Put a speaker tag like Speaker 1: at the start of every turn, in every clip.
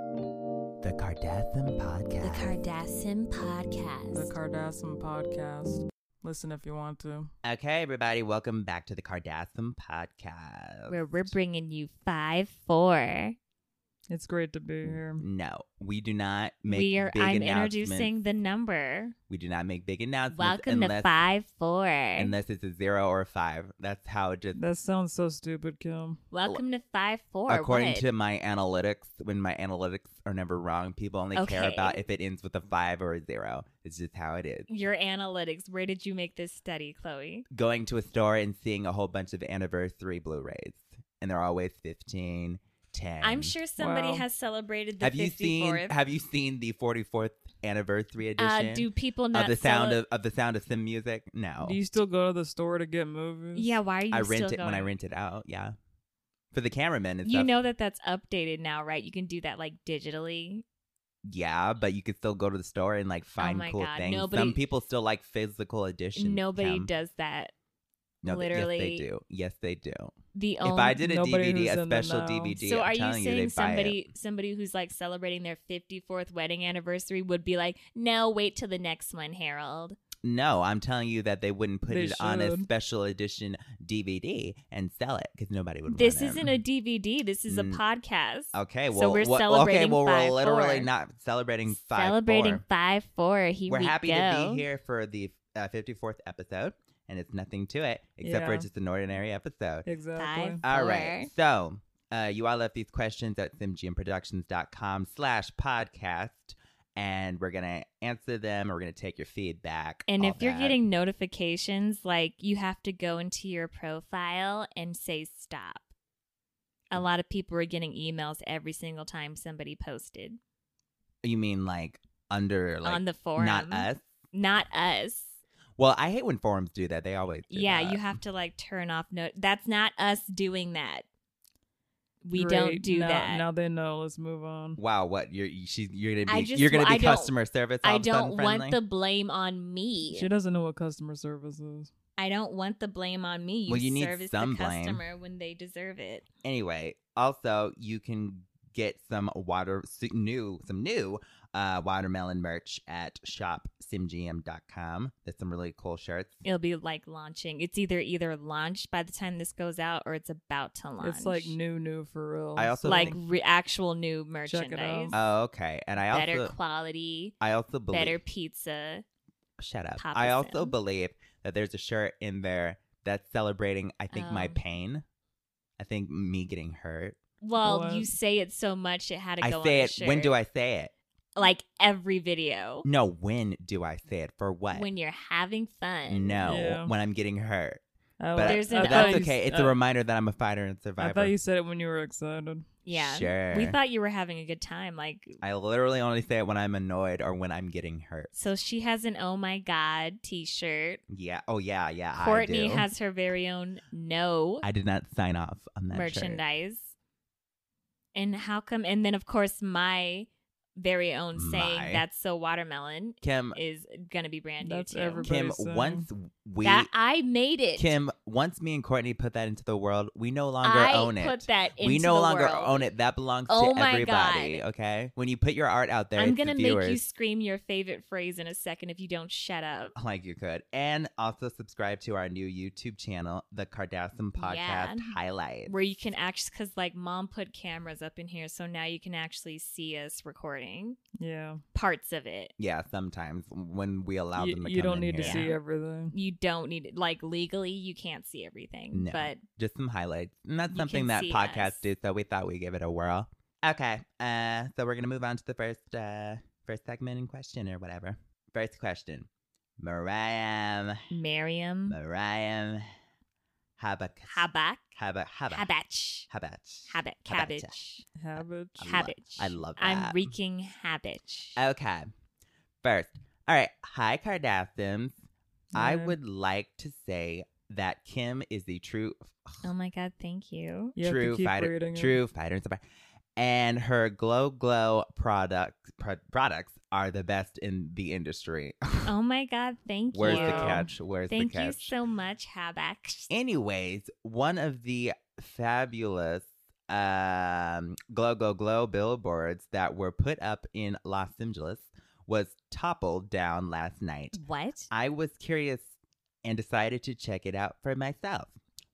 Speaker 1: The Cardassian Podcast.
Speaker 2: The Cardassian Podcast.
Speaker 3: The Cardassian Podcast. Listen if you want to.
Speaker 1: okay, everybody, welcome back to the Cardassian Podcast.
Speaker 2: where we're bringing you five four.
Speaker 3: It's great to be here.
Speaker 1: no, we do not make
Speaker 2: We are.
Speaker 1: big
Speaker 2: I'm
Speaker 1: announcements.
Speaker 2: introducing the number.
Speaker 1: We do not make big announcements.
Speaker 2: Welcome
Speaker 1: unless,
Speaker 2: to five four.
Speaker 1: Unless it's a zero or a five. That's how it just.
Speaker 3: That sounds so stupid, Kim.
Speaker 2: Welcome to five four.
Speaker 1: According
Speaker 2: What?
Speaker 1: to my analytics, when my analytics are never wrong, people only care
Speaker 2: Okay.
Speaker 1: about if it ends with a five or a zero. It's just how it is.
Speaker 2: your analytics, where did you make this study, Chloe?
Speaker 1: Going to a store and seeing a whole bunch of anniversary Blu rays, and they're always 15, 10.
Speaker 2: I'm sure somebody
Speaker 3: Wow.
Speaker 2: has celebrated the
Speaker 1: Have
Speaker 2: 54th.
Speaker 1: you seen Have you seen the 44th anniversary
Speaker 2: uh,
Speaker 1: edition
Speaker 2: do people
Speaker 1: of
Speaker 2: not
Speaker 1: the sound
Speaker 2: cele-
Speaker 1: of, of the sound of some music? No,
Speaker 3: Do you still go to the store to get movies?
Speaker 2: Yeah, why are you
Speaker 1: I
Speaker 2: still
Speaker 1: rent it
Speaker 2: going?
Speaker 1: when I rent it out. Yeah, for the cameraman and
Speaker 2: You
Speaker 1: stuff.
Speaker 2: know that that's updated now, right? You can do that like digitally.
Speaker 1: yeah, but you could still go to the store and like find
Speaker 2: Oh my
Speaker 1: cool
Speaker 2: God,
Speaker 1: things. Some
Speaker 2: nobody-
Speaker 1: people still like physical editions.
Speaker 2: Nobody
Speaker 1: Kim.
Speaker 2: does that.
Speaker 1: No, th-
Speaker 2: literally-
Speaker 1: yes, they do. Yes, they do.
Speaker 2: The
Speaker 1: if I
Speaker 2: only
Speaker 1: did a
Speaker 3: Nobody
Speaker 1: DVD,
Speaker 3: who's
Speaker 1: a
Speaker 3: in the
Speaker 1: special
Speaker 3: know.
Speaker 1: DVD,
Speaker 2: So
Speaker 1: I'm
Speaker 2: are you
Speaker 1: telling
Speaker 2: saying
Speaker 1: they
Speaker 2: somebody somebody who's like celebrating their 54th wedding anniversary would be like, "No, wait till the next one, Harold."
Speaker 1: No, I'm telling you that they wouldn't put
Speaker 3: They
Speaker 1: it on a
Speaker 3: should.
Speaker 1: special edition DVD and sell it because nobody would.
Speaker 2: This
Speaker 1: want it.
Speaker 2: isn't a DVD. This is a
Speaker 1: Mm.
Speaker 2: podcast.
Speaker 1: Okay,
Speaker 2: So
Speaker 1: well,
Speaker 2: we're
Speaker 1: wha- well, okay,
Speaker 2: celebrating
Speaker 1: well, we're
Speaker 2: 5-4.
Speaker 1: literally not celebrating five.
Speaker 2: Celebrating 5-4. Here
Speaker 1: we're
Speaker 2: we
Speaker 1: happy to
Speaker 2: go.
Speaker 1: be here for the uh, 54th episode, and it's nothing to it except for
Speaker 3: Yeah.
Speaker 1: just an ordinary episode.
Speaker 3: Exactly.
Speaker 2: Five.
Speaker 1: All right, so uh, you all left these questions at simgmproductions.com slash podcast, and we're gonna answer them. and We're gonna take your feedback.
Speaker 2: And
Speaker 1: all
Speaker 2: if you're
Speaker 1: that.
Speaker 2: getting notifications, like you have to go into your profile and say stop.
Speaker 1: Mm.
Speaker 2: A lot of people are getting emails every single time somebody posted
Speaker 1: you mean like under like
Speaker 2: on the forum.
Speaker 1: not us.
Speaker 2: Not us.
Speaker 1: Well, I hate when forums do that. They always do
Speaker 2: Yeah,
Speaker 1: that.
Speaker 2: you have to like turn off note. That's not us doing that. We don't
Speaker 3: Great.
Speaker 2: do
Speaker 3: now,
Speaker 2: that.
Speaker 3: Now they know. Let's move on.
Speaker 1: Wow, what you're you- she's you're gonna
Speaker 2: I
Speaker 1: be
Speaker 2: just
Speaker 1: you're gonna
Speaker 2: w-
Speaker 1: be
Speaker 2: I don't-
Speaker 1: customer service. all
Speaker 2: I
Speaker 1: of a sudden
Speaker 2: don't want
Speaker 1: friendly?
Speaker 2: the blame on me.
Speaker 3: She doesn't know what customer service is.
Speaker 2: I don't want the blame on me. You,
Speaker 1: Well, you need
Speaker 2: service
Speaker 1: some
Speaker 2: the
Speaker 1: blame.
Speaker 2: customer when they deserve it.
Speaker 1: anyway. Also, you can get some water s- new some new uh watermelon merch at shopsimgm.com. That's some really cool shirts.
Speaker 2: It'll be like launching. It's either either launched by the time this goes out or it's about to launch.
Speaker 3: It's like new, new for real.
Speaker 1: I also
Speaker 2: like
Speaker 1: think-
Speaker 2: re- actual new
Speaker 3: Check it out.
Speaker 2: merchandise.
Speaker 1: Oh, okay. And I
Speaker 2: better
Speaker 1: also
Speaker 2: quality,
Speaker 1: I also believe
Speaker 2: better pizza.
Speaker 1: shut up.
Speaker 2: Papa
Speaker 1: I also
Speaker 2: Sim.
Speaker 1: believe that there's a shirt in there that's celebrating I think my
Speaker 2: Oh.
Speaker 1: pain. I think me getting hurt.
Speaker 2: Well,
Speaker 3: What?
Speaker 2: you say it so much it had to
Speaker 1: I
Speaker 2: go
Speaker 1: say
Speaker 2: on
Speaker 1: it. When do I say it?
Speaker 2: like every video.
Speaker 1: No, when do I say it? For what?
Speaker 2: When you're having fun.
Speaker 1: no,
Speaker 3: Yeah.
Speaker 1: when I'm getting hurt.
Speaker 3: I-
Speaker 1: But,
Speaker 2: Oh, There's
Speaker 3: I
Speaker 2: an
Speaker 1: but
Speaker 3: thought
Speaker 1: that's
Speaker 3: you-
Speaker 1: okay. It's
Speaker 3: I-
Speaker 1: a reminder that I'm a fighter and survivor.
Speaker 3: I thought you said it when you were excited.
Speaker 2: Yeah.
Speaker 1: Sure.
Speaker 2: We thought you were having a good time. Like
Speaker 1: I literally only say it when I'm annoyed or when I'm getting hurt.
Speaker 2: so she has an oh my god t shirt.
Speaker 1: Yeah. Oh yeah. Yeah. I
Speaker 2: Courtney
Speaker 1: do.
Speaker 2: has her very own no
Speaker 1: I did not sign off on that shirt.
Speaker 2: merchandise. And how come and then of course my very own
Speaker 1: My.
Speaker 2: saying that's so watermelon
Speaker 1: Kim.
Speaker 2: is gonna be brand new.
Speaker 3: That's
Speaker 2: too.
Speaker 3: everybody-
Speaker 1: Kim.
Speaker 3: Everybody's saying-
Speaker 1: Once we.
Speaker 2: that I made it.
Speaker 1: Kim. Once me and Courtney put that into the world, we no longer
Speaker 2: I
Speaker 1: own it.
Speaker 2: put that into
Speaker 1: we no
Speaker 2: the
Speaker 1: longer
Speaker 2: world.
Speaker 1: own it. That belongs
Speaker 2: Oh
Speaker 1: to
Speaker 2: my
Speaker 1: everybody.
Speaker 2: God.
Speaker 1: Okay. When you put your art out there,
Speaker 2: I'm
Speaker 1: it's the
Speaker 2: gonna make you
Speaker 1: viewers.
Speaker 2: scream your favorite phrase in a second if you don't shut up.
Speaker 1: like you could. And also subscribe to our new YouTube channel, the Cardassian Podcast
Speaker 2: Yeah.
Speaker 1: Highlights.
Speaker 2: where you can actually because like mom put cameras up in here so now you can actually see us recording
Speaker 3: Yeah.
Speaker 2: parts of it
Speaker 1: yeah, sometimes when we allow
Speaker 3: You,
Speaker 1: them to
Speaker 3: you
Speaker 1: come
Speaker 3: don't
Speaker 1: in
Speaker 3: need to
Speaker 1: here.
Speaker 3: see
Speaker 2: Yeah.
Speaker 3: everything.
Speaker 2: you don't need it like legally you can't see everything
Speaker 1: No.
Speaker 2: but
Speaker 1: Just some highlights. And that's
Speaker 2: You
Speaker 1: something
Speaker 2: can
Speaker 1: that
Speaker 2: see
Speaker 1: podcasts
Speaker 2: us.
Speaker 1: do, so we thought we'd give it a whirl. Okay. Uh so we're gonna move on to the first uh first segment in question or whatever. First question. Mariam
Speaker 2: miriam
Speaker 1: Mariam Habak
Speaker 2: habak
Speaker 1: Habak Habak
Speaker 2: habach
Speaker 1: Habach.
Speaker 2: habit
Speaker 1: Habach.
Speaker 2: cabbage
Speaker 3: Habit.
Speaker 1: I love-
Speaker 2: habich
Speaker 1: I love
Speaker 2: i'm
Speaker 1: that. Oh.
Speaker 2: reeking habich
Speaker 1: Okay. First. All right. Hi, Cardassians. I
Speaker 3: Yeah.
Speaker 1: would like to say that Kim is the true
Speaker 2: oh my god thank you
Speaker 3: You have to
Speaker 1: true
Speaker 3: keep
Speaker 1: fighter
Speaker 3: reading it.
Speaker 1: true fighter and survivor. And her glow glow product pro- products are the best in the industry.
Speaker 2: oh my god thank
Speaker 1: Where's
Speaker 2: you
Speaker 1: the catch? Where's
Speaker 2: thank
Speaker 1: the
Speaker 2: you
Speaker 1: catch?
Speaker 2: so much habach
Speaker 1: Anyways, one of the fabulous um, glow, glow, glow billboards that were put up in Los Angeles was toppled down last night.
Speaker 2: What?
Speaker 1: I was curious and decided to check it out for myself.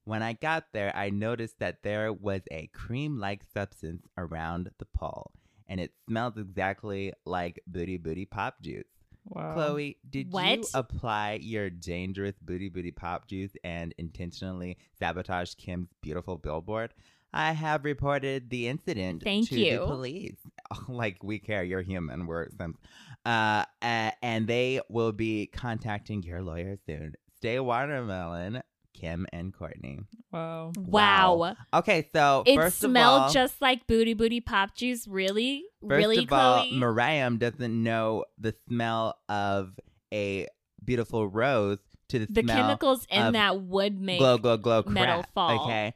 Speaker 1: When I got there, I noticed that there was a cream like substance around the pole, and it smells exactly like booty booty pop juice.
Speaker 3: Wow.
Speaker 1: Chloe, did you
Speaker 2: Um, What?
Speaker 1: apply your dangerous booty booty pop juice and intentionally sabotage Kim's beautiful billboard? I have reported the incident
Speaker 2: Thank
Speaker 1: to
Speaker 2: you.
Speaker 1: the police. like we care, you're human. We're some, uh, a- and they will be contacting your lawyer soon. Stay watermelon, Kim and Courtney.
Speaker 3: Wow.
Speaker 2: Wow.
Speaker 1: Wow. Okay, so
Speaker 2: It
Speaker 1: first
Speaker 2: smelled
Speaker 1: of all,
Speaker 2: just like booty booty pop juice. Really?
Speaker 1: First
Speaker 2: really,
Speaker 1: of all,
Speaker 2: Chloe?
Speaker 1: Mariam doesn't know the smell of a beautiful rose to the,
Speaker 2: the
Speaker 1: smell
Speaker 2: chemicals
Speaker 1: of
Speaker 2: in that would make
Speaker 1: glow, glow, glow
Speaker 2: metal
Speaker 1: crap.
Speaker 2: fall.
Speaker 1: Okay.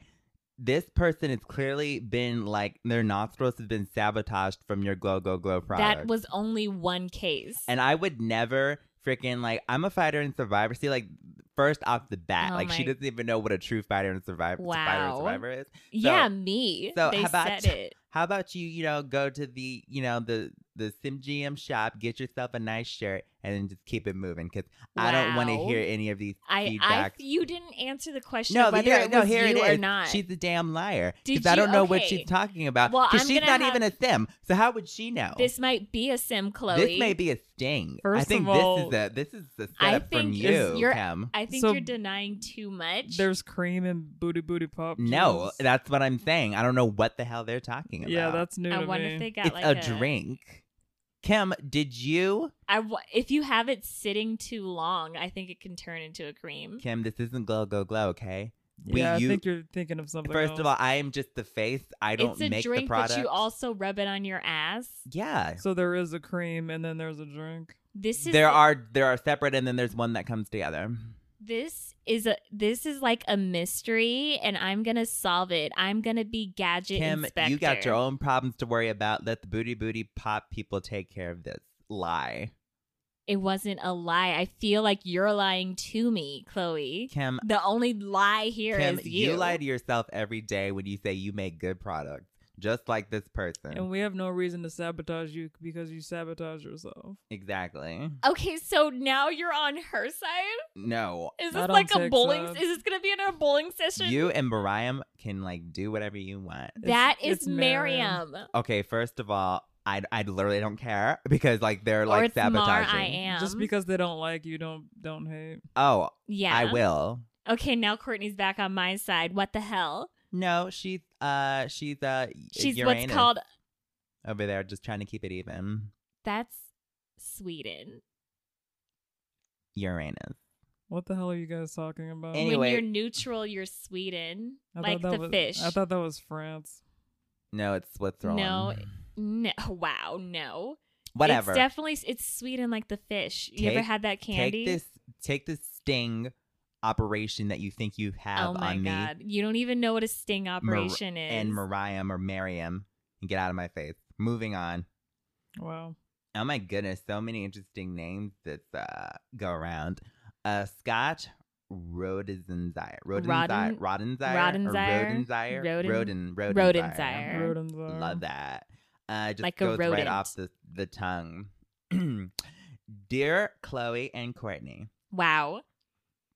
Speaker 1: This person has clearly been like their nostrils have been sabotaged from your glow, glow, glow product.
Speaker 2: that was only one case.
Speaker 1: and I would never freaking like I'm a fighter and survivor. See, like first off the bat,
Speaker 2: Oh
Speaker 1: like she
Speaker 2: my-
Speaker 1: doesn't even know what a true fighter and survivor fighter and
Speaker 2: Wow.
Speaker 1: survivor is.
Speaker 2: yeah, me.
Speaker 1: so
Speaker 2: they
Speaker 1: how about-
Speaker 2: said it.
Speaker 1: How about you, you know, go to the, you know, the the SimGM shop, get yourself a nice shirt, and then just keep it moving because I don't want to
Speaker 2: Wow.
Speaker 1: hear any of these
Speaker 2: I, I,
Speaker 1: feedbacks.
Speaker 2: you didn't answer the question
Speaker 1: no,
Speaker 2: of whether
Speaker 1: here,
Speaker 2: it
Speaker 1: no,
Speaker 2: was
Speaker 1: here
Speaker 2: you
Speaker 1: it
Speaker 2: or
Speaker 1: is.
Speaker 2: not.
Speaker 1: She's a damn liar because
Speaker 2: Did
Speaker 1: I
Speaker 2: you-
Speaker 1: don't know what
Speaker 2: okay.
Speaker 1: she's talking about.
Speaker 2: Well,
Speaker 1: Because
Speaker 2: I'm
Speaker 1: she's
Speaker 2: gonna
Speaker 1: not
Speaker 2: have-
Speaker 1: even a sim, so how would she know?
Speaker 2: this might be a sim, Chloe.
Speaker 1: This may be a sting. I
Speaker 3: First
Speaker 1: think
Speaker 3: of all-
Speaker 1: this is a this is the
Speaker 2: I
Speaker 1: setup from
Speaker 2: think
Speaker 1: you,
Speaker 2: you're-
Speaker 1: Kim.
Speaker 2: I think
Speaker 3: So-
Speaker 2: you're denying too much.
Speaker 3: There's cream and booty booty pop.
Speaker 1: No,
Speaker 3: juice.
Speaker 1: that's what I'm saying. I don't know what the hell they're talking about.
Speaker 3: yeah, that's new
Speaker 2: I
Speaker 3: to
Speaker 2: wonder
Speaker 3: me.
Speaker 2: if they got
Speaker 1: it's
Speaker 2: like
Speaker 1: a drink. Kim, did you?
Speaker 2: I w- if you have it sitting too long, I think it can turn into a cream.
Speaker 1: Kim, this isn't glow, glow, glow, okay? We-
Speaker 3: yeah,
Speaker 1: you-
Speaker 3: I think you're thinking of something.
Speaker 1: First
Speaker 3: else.
Speaker 1: of all, I am just the face. I don't
Speaker 2: it's a
Speaker 1: make
Speaker 2: drink,
Speaker 1: the product.
Speaker 2: but you also rub it on your ass.
Speaker 1: yeah.
Speaker 3: so there is a cream and then there's a drink.
Speaker 2: This is
Speaker 1: There are there are separate and then there's one that comes together.
Speaker 2: this is a this is like a mystery, and I'm gonna solve it. I'm gonna be gadget
Speaker 1: Kim,
Speaker 2: inspector.
Speaker 1: you got your own problems to worry about. Let the booty booty pop people take care of this. Lie.
Speaker 2: It wasn't a lie. I feel like you're lying to me, Chloe.
Speaker 1: Kim
Speaker 2: The only lie here
Speaker 1: Kim,
Speaker 2: is
Speaker 1: you. lie to yourself every day when you say you make good products. Just like this person.
Speaker 3: And we have no reason to sabotage you because you sabotage yourself.
Speaker 1: exactly.
Speaker 2: Okay, so now you're on her side.
Speaker 1: No.
Speaker 2: Is
Speaker 3: I
Speaker 2: this
Speaker 3: don't
Speaker 2: like a
Speaker 3: think
Speaker 2: bowling?
Speaker 3: so.
Speaker 2: Is this gonna be in a bowling session?
Speaker 1: You and Mariam can like do whatever you want.
Speaker 2: that
Speaker 3: It's-
Speaker 2: is
Speaker 3: it's Miriam.
Speaker 2: Miriam.
Speaker 1: Okay, first of all, I I literally don't care because like they're
Speaker 2: or
Speaker 1: like
Speaker 2: it's Mar
Speaker 1: sabotaging.
Speaker 2: I am.
Speaker 3: Just because they don't like you, don't don't hate.
Speaker 1: Oh,
Speaker 2: Yeah.
Speaker 1: I will.
Speaker 2: Okay, now Courtney's back on my side. What the hell?
Speaker 1: No, she's uh she's uh
Speaker 2: She's
Speaker 1: Uranus
Speaker 2: what's called
Speaker 1: over there just trying to keep it even.
Speaker 2: that's Sweden.
Speaker 1: Uranus.
Speaker 3: What the hell are you guys talking about?
Speaker 1: Any- Anyway.
Speaker 2: When you're neutral, you're Sweden.
Speaker 3: I
Speaker 2: like
Speaker 3: thought that
Speaker 2: the
Speaker 3: was,
Speaker 2: fish.
Speaker 3: I thought that was France.
Speaker 1: No, it's Switzerland.
Speaker 2: No, no, wow, no.
Speaker 1: Whatever.
Speaker 2: It's definitely it's Sweden like the fish. You ever
Speaker 1: Take-
Speaker 2: had that candy?
Speaker 1: Take this take this sting operation that you think you have
Speaker 2: oh my
Speaker 1: on me
Speaker 2: god. You don't even know what a sting operation is.
Speaker 1: and Mariam or Mariam and get out of my face. Moving on.
Speaker 3: Wow.
Speaker 1: Oh my goodness, so many interesting names that uh, go around. Uh, Scott Rodenzire. Rodenzire. Rodenzire.
Speaker 2: Rodden-
Speaker 1: or
Speaker 2: Rodenzire?
Speaker 1: Rodenzire.
Speaker 2: Roden-
Speaker 1: Rodin.
Speaker 2: Rodenzire. Fair.
Speaker 3: Rodents are-
Speaker 1: Love that. Uh, just
Speaker 2: Like a
Speaker 1: goes right
Speaker 2: rodent.
Speaker 1: off the, the tongue. Dear Chloe and Courtney,
Speaker 2: wow.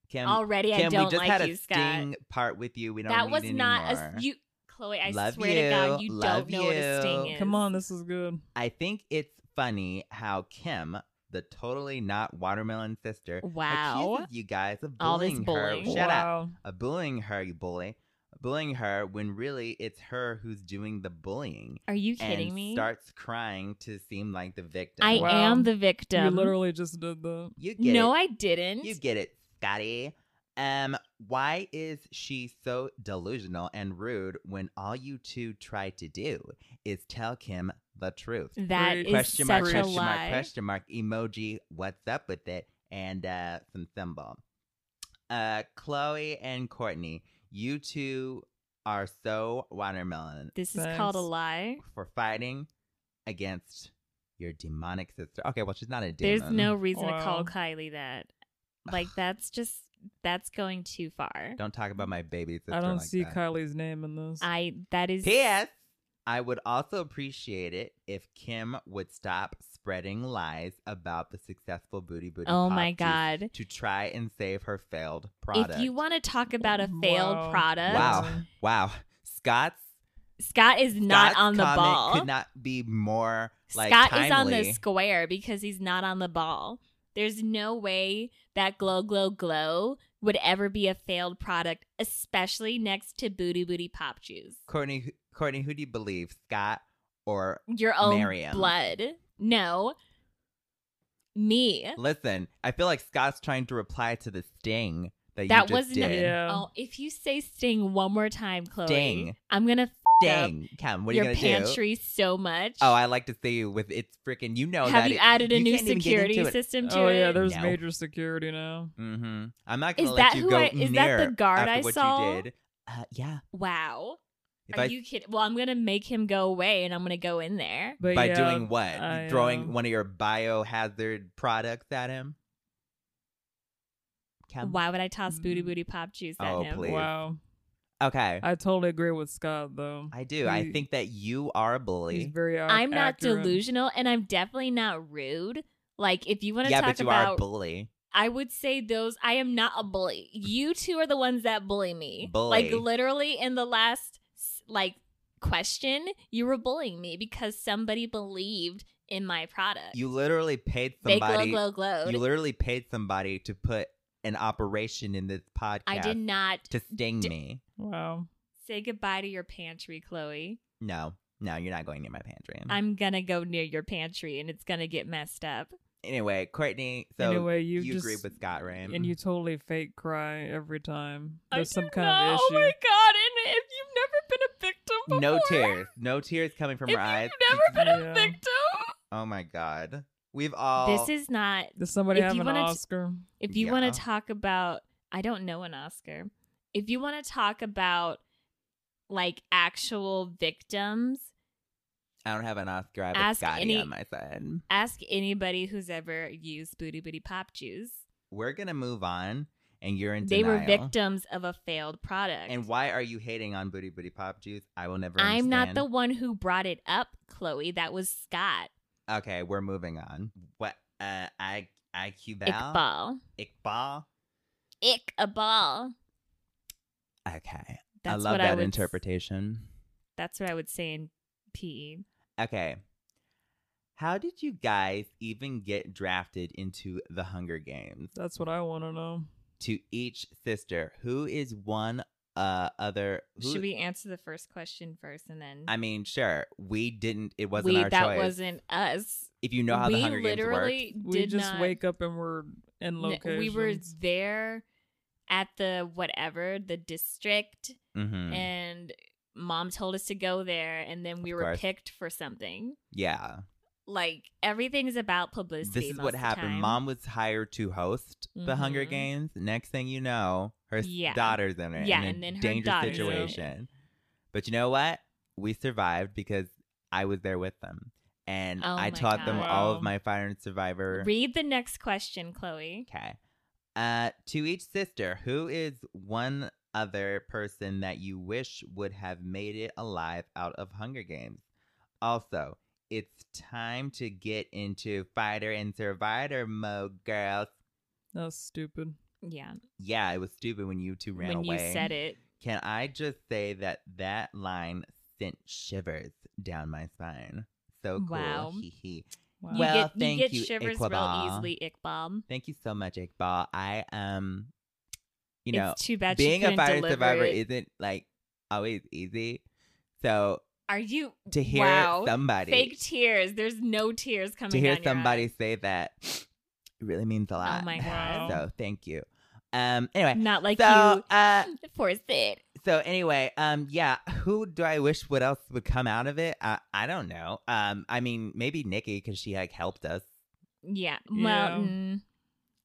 Speaker 1: Kim,
Speaker 2: Already I
Speaker 1: um, Kim
Speaker 2: don't
Speaker 1: we just
Speaker 2: like
Speaker 1: had a
Speaker 2: you, Scott.
Speaker 1: sting part with you. We don't
Speaker 2: that
Speaker 1: need
Speaker 2: was
Speaker 1: any
Speaker 2: not
Speaker 1: more.
Speaker 2: a you Chloe, I
Speaker 1: Love
Speaker 2: swear to God,
Speaker 1: you.
Speaker 2: you
Speaker 1: Love
Speaker 2: don't know what a sting
Speaker 1: you.
Speaker 2: is.
Speaker 3: Come on, this is good.
Speaker 1: I think it's funny how Kim, the totally not watermelon sister,
Speaker 2: Wow.
Speaker 1: accuses you guys of
Speaker 2: All this
Speaker 1: bullying her.
Speaker 2: bullying.
Speaker 1: Shut up.
Speaker 3: wow.
Speaker 1: Of bullying her, you bully. Bullying her when really it's her who's doing the bullying.
Speaker 2: Are you kidding
Speaker 1: and
Speaker 2: me?
Speaker 1: starts crying to seem like the victim.
Speaker 2: I
Speaker 3: Wow.
Speaker 2: am the
Speaker 3: You
Speaker 2: victim.
Speaker 3: literally just did that.
Speaker 1: you get
Speaker 2: no,
Speaker 1: it.
Speaker 2: I didn't.
Speaker 1: You get it, Scotty. Um, why is she so delusional and rude when all you two try to do is tell Kim the truth?
Speaker 2: That
Speaker 3: Great.
Speaker 2: is
Speaker 1: question
Speaker 2: such
Speaker 1: mark,
Speaker 2: a
Speaker 1: question
Speaker 2: lie.
Speaker 1: mark, question mark, emoji, what's up with it, and uh, some symbol. Uh, Chloe and Courtney, you two are so watermelon
Speaker 2: This is called a
Speaker 3: Thanks.
Speaker 2: lie.
Speaker 1: for fighting against your demonic sister. Okay, well, she's not a demon.
Speaker 2: There's no reason to call
Speaker 3: Wow.
Speaker 2: Kylie that. Like that's just that's going too far.
Speaker 1: Don't talk about my baby sister
Speaker 3: I don't
Speaker 1: like
Speaker 3: see
Speaker 1: that.
Speaker 3: Kylie's name in this.
Speaker 2: I that is
Speaker 1: P.S. I would also appreciate it if Kim would stop spreading lies about the successful Booty Booty.
Speaker 2: Oh
Speaker 1: Pop
Speaker 2: my
Speaker 1: juice
Speaker 2: god.
Speaker 1: To try and save her failed product.
Speaker 2: If you want to talk about a failed
Speaker 3: Wow.
Speaker 2: product,
Speaker 1: wow, wow, Scott's
Speaker 2: Scott is not
Speaker 1: Scott's
Speaker 2: on the
Speaker 1: comment
Speaker 2: ball.
Speaker 1: Could not be more like
Speaker 2: Scott
Speaker 1: timely.
Speaker 2: is on the square because he's not on the ball. There's no way that glow glow glow would ever be a failed product, especially next to booty booty pop juice.
Speaker 1: Courtney, who- Courtney, who do you believe, Scott or
Speaker 2: Your own
Speaker 1: Miriam.
Speaker 2: blood. No. Me.
Speaker 1: Listen, I feel like Scott's trying to reply to the sting that,
Speaker 2: That
Speaker 1: you just
Speaker 2: wasn't a-
Speaker 1: did.
Speaker 3: Yeah.
Speaker 2: Oh, if you say sting one more time, Chloe,
Speaker 1: Sting.
Speaker 2: I'm gonna f- up
Speaker 1: Dang, Kim, what are you
Speaker 2: your
Speaker 1: gonna do?
Speaker 2: pantry so much.
Speaker 1: Oh, I like to see you with it's freaking. You know
Speaker 2: Have
Speaker 1: that
Speaker 2: you
Speaker 1: it-
Speaker 2: added a
Speaker 1: you
Speaker 2: new
Speaker 1: can't even get
Speaker 2: security
Speaker 1: into it.
Speaker 2: system to
Speaker 3: oh
Speaker 2: it?
Speaker 3: yeah, there's
Speaker 1: No.
Speaker 3: major security now.
Speaker 1: Mm-hmm. I'm not
Speaker 2: Is
Speaker 1: gonna let
Speaker 2: that
Speaker 1: you
Speaker 2: who
Speaker 1: go
Speaker 2: I- is that
Speaker 1: near
Speaker 2: the guard
Speaker 1: after
Speaker 2: I
Speaker 1: what
Speaker 2: saw?
Speaker 1: you did. Uh, yeah.
Speaker 2: wow.
Speaker 1: If
Speaker 2: Are
Speaker 1: I,
Speaker 2: you kidding? Well, I'm gonna make him go away, and I'm gonna go in there.
Speaker 3: But
Speaker 1: by
Speaker 3: yeah,
Speaker 1: doing what?
Speaker 3: I,
Speaker 1: Throwing
Speaker 3: um,
Speaker 1: one of your biohazard products at him? Kim?
Speaker 2: Why would I toss booty
Speaker 3: Mm.
Speaker 2: booty pop juice at
Speaker 1: Oh,
Speaker 2: him?
Speaker 1: please.
Speaker 3: Wow,
Speaker 1: Okay. I,
Speaker 3: I totally agree with Scott though.
Speaker 1: do. I
Speaker 3: he-
Speaker 1: think that you are a bully.
Speaker 3: He's very. ac-
Speaker 2: I'm not
Speaker 3: accurate.
Speaker 2: delusional, and I'm definitely not rude. Like if you want to
Speaker 1: yeah,
Speaker 2: talk
Speaker 1: but you are a
Speaker 2: about,
Speaker 1: bully.
Speaker 2: I would say those. I am not a bully. You two are the ones that bully me.
Speaker 1: Bully.
Speaker 2: Like literally in the last s- like question, you were bullying me because somebody believed in my product.
Speaker 1: You literally paid
Speaker 2: they
Speaker 1: somebody.
Speaker 2: glow glow
Speaker 1: You
Speaker 2: glowed.
Speaker 1: literally paid somebody to put an operation in this podcast
Speaker 2: I did not
Speaker 1: to sting
Speaker 2: d-
Speaker 1: me.
Speaker 3: Wow.
Speaker 2: say goodbye to your pantry, Chloe.
Speaker 1: No, no, you're not going near my pantry.
Speaker 2: I'm gonna go near your pantry and it's gonna get messed up.
Speaker 1: anyway, Courtney. So
Speaker 3: anyway,
Speaker 1: you,
Speaker 3: you, just
Speaker 1: agree with Scott, right?
Speaker 3: and you totally fake cry every time.
Speaker 2: I
Speaker 3: There's some
Speaker 2: do
Speaker 3: kind
Speaker 2: not.
Speaker 3: of
Speaker 2: Oh my
Speaker 3: issue.
Speaker 2: god! And if you've never been a victim, before,
Speaker 1: no tears, no tears coming from
Speaker 2: If
Speaker 1: her eyes.
Speaker 2: you've never been a
Speaker 3: Yeah.
Speaker 2: victim,
Speaker 1: Oh my god. We've all
Speaker 2: this is not.
Speaker 3: Does somebody
Speaker 2: If
Speaker 3: have
Speaker 2: you
Speaker 3: an
Speaker 2: wanna t-
Speaker 3: Oscar?
Speaker 2: If you
Speaker 1: Yeah.
Speaker 2: want to talk about, I don't know an Oscar. If you want to talk about like actual victims,
Speaker 1: I don't have an Oscar, I have
Speaker 2: Ask
Speaker 1: a Scotty
Speaker 2: any-
Speaker 1: on my side.
Speaker 2: ask anybody who's ever used booty booty pop juice.
Speaker 1: We're gonna move on and you're in
Speaker 2: They were
Speaker 1: denial.
Speaker 2: victims of a failed product.
Speaker 1: And why are you hating on Booty Booty Pop Juice? I will never
Speaker 2: I'm not
Speaker 1: understand.
Speaker 2: the one who brought it up, Chloe. That was Scott
Speaker 1: Okay, we're moving on. What uh I IQ Val?
Speaker 2: Iqbal.
Speaker 1: Iqbal?
Speaker 2: Iqbal.
Speaker 1: Okay.
Speaker 2: That's
Speaker 1: I love
Speaker 2: what
Speaker 1: that
Speaker 2: I would,
Speaker 1: interpretation.
Speaker 2: That's what I would say in E. PE.
Speaker 1: Okay. How did you guys even get drafted into the Hunger Games?
Speaker 3: That's what I want to know.
Speaker 1: To each sister, who is one uh other who,
Speaker 2: Should we answer the first question first and then
Speaker 1: I mean, sure. We didn't. It wasn't
Speaker 2: we,
Speaker 1: our
Speaker 2: that
Speaker 1: choice.
Speaker 2: wasn't us.
Speaker 1: if you know how
Speaker 2: we
Speaker 1: the Hunger Games works,
Speaker 2: literally
Speaker 3: We
Speaker 2: did
Speaker 3: just
Speaker 2: not,
Speaker 3: wake up and we're in
Speaker 2: n-
Speaker 3: location.
Speaker 2: we were there at the whatever, the district
Speaker 1: Mhm.
Speaker 2: and mom told us to go there and then we
Speaker 1: Of
Speaker 2: were
Speaker 1: course.
Speaker 2: picked for something.
Speaker 1: yeah,
Speaker 2: Like everything's about publicity.
Speaker 1: this is
Speaker 2: most of
Speaker 1: what
Speaker 2: the
Speaker 1: happened.
Speaker 2: time.
Speaker 1: Mom was hired to host the Hunger
Speaker 2: Mhm.
Speaker 1: Games. Next thing you know, her s-
Speaker 2: Yeah.
Speaker 1: daughter's in it.
Speaker 2: Yeah,
Speaker 1: in a
Speaker 2: and then her
Speaker 1: dangerous
Speaker 2: daughter's
Speaker 3: in it.
Speaker 1: situation. But you know what? We survived because I was there with them, and
Speaker 2: Oh
Speaker 1: I
Speaker 2: my
Speaker 1: taught them
Speaker 3: God.
Speaker 1: all of
Speaker 3: Wow.
Speaker 1: my Fire and Survivor.
Speaker 2: Read the next question, Chloe.
Speaker 1: okay. Uh, to each sister, who is one other person that you wish would have made it alive out of Hunger Games? Also, it's time to get into fighter and survivor mode, girls.
Speaker 3: That's stupid.
Speaker 2: Yeah.
Speaker 1: Yeah, it was stupid when you two ran
Speaker 2: when
Speaker 1: away.
Speaker 2: you said it.
Speaker 1: Can I just say that that line sent shivers down my spine? So cool.
Speaker 2: Wow.
Speaker 1: Hee hee.
Speaker 3: Wow.
Speaker 2: You
Speaker 1: Well,
Speaker 2: get, you
Speaker 1: thank
Speaker 2: get
Speaker 1: you,
Speaker 2: shivers
Speaker 1: Iqbal.
Speaker 2: real easily, Iqbal.
Speaker 1: Thank you so much, Iqbal. I um, you know,
Speaker 2: it's too bad
Speaker 1: being
Speaker 2: she
Speaker 1: a
Speaker 2: couldn't
Speaker 1: fighter
Speaker 2: deliver
Speaker 1: survivor
Speaker 2: it.
Speaker 1: is isn't like always easy. So
Speaker 2: Are you
Speaker 1: to hear
Speaker 2: wow,
Speaker 1: somebody
Speaker 2: fake tears? There's no tears coming.
Speaker 1: to hear
Speaker 2: down your
Speaker 1: somebody
Speaker 2: eye.
Speaker 1: say that it really means a lot.
Speaker 2: my
Speaker 3: God.
Speaker 1: so thank you. Um anyway.
Speaker 2: not like
Speaker 1: so uh
Speaker 2: you forced it.
Speaker 1: so anyway, um yeah, who do I wish what else would come out of it? I I don't know. Um I mean maybe Nikki cuz she like helped us.
Speaker 2: Yeah.
Speaker 3: Yeah.
Speaker 2: Well, mm,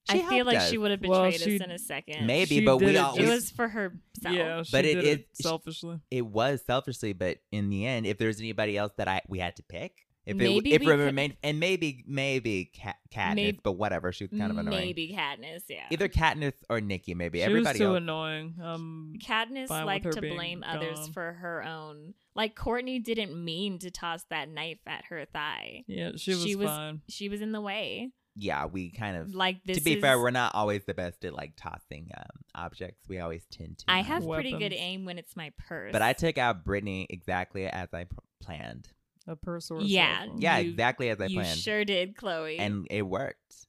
Speaker 1: She
Speaker 2: I feel
Speaker 1: helped
Speaker 2: like
Speaker 1: us.
Speaker 2: she would have betrayed
Speaker 3: Well,
Speaker 2: us
Speaker 3: she-
Speaker 2: in a second.
Speaker 1: Maybe,
Speaker 3: She
Speaker 1: but
Speaker 3: did
Speaker 1: we
Speaker 3: it
Speaker 1: all
Speaker 2: it
Speaker 3: just-
Speaker 2: was for herself.
Speaker 3: Yeah, she
Speaker 1: But it
Speaker 3: did it
Speaker 1: is-
Speaker 3: selfishly.
Speaker 1: it was selfishly, but in the end if there's anybody else that I we had to pick, If
Speaker 2: Maybe
Speaker 1: it if it
Speaker 2: we could-
Speaker 1: remained, and maybe maybe Cat, Katniss,
Speaker 2: Mayb-
Speaker 1: but whatever, she's kind of annoying.
Speaker 2: Maybe Katniss, yeah.
Speaker 1: Either Katniss or Nikki, maybe
Speaker 3: she
Speaker 1: everybody
Speaker 3: was too
Speaker 1: else.
Speaker 3: annoying. Um,
Speaker 2: Katniss
Speaker 3: fine with
Speaker 2: liked
Speaker 3: her
Speaker 2: to
Speaker 3: being
Speaker 2: blame others
Speaker 3: gone.
Speaker 2: for her own. Like Courtney didn't mean to toss that knife at her thigh.
Speaker 3: yeah, she was,
Speaker 2: She was-
Speaker 3: fine.
Speaker 2: She was in the way.
Speaker 1: yeah, we kind of.
Speaker 2: Like this
Speaker 1: to be
Speaker 2: is,
Speaker 1: fair, we're not always the best at like tossing um, objects. We always tend to.
Speaker 2: I
Speaker 1: um,
Speaker 2: have pretty good
Speaker 3: Weapons.
Speaker 2: aim when it's my purse.
Speaker 1: But I took out Brittany exactly as I p- planned.
Speaker 3: A purse or a
Speaker 2: Yeah.
Speaker 3: cell phone.
Speaker 1: Yeah,
Speaker 2: You-
Speaker 1: exactly as I
Speaker 2: you
Speaker 1: planned,
Speaker 2: sure did, Chloe.
Speaker 1: and it worked.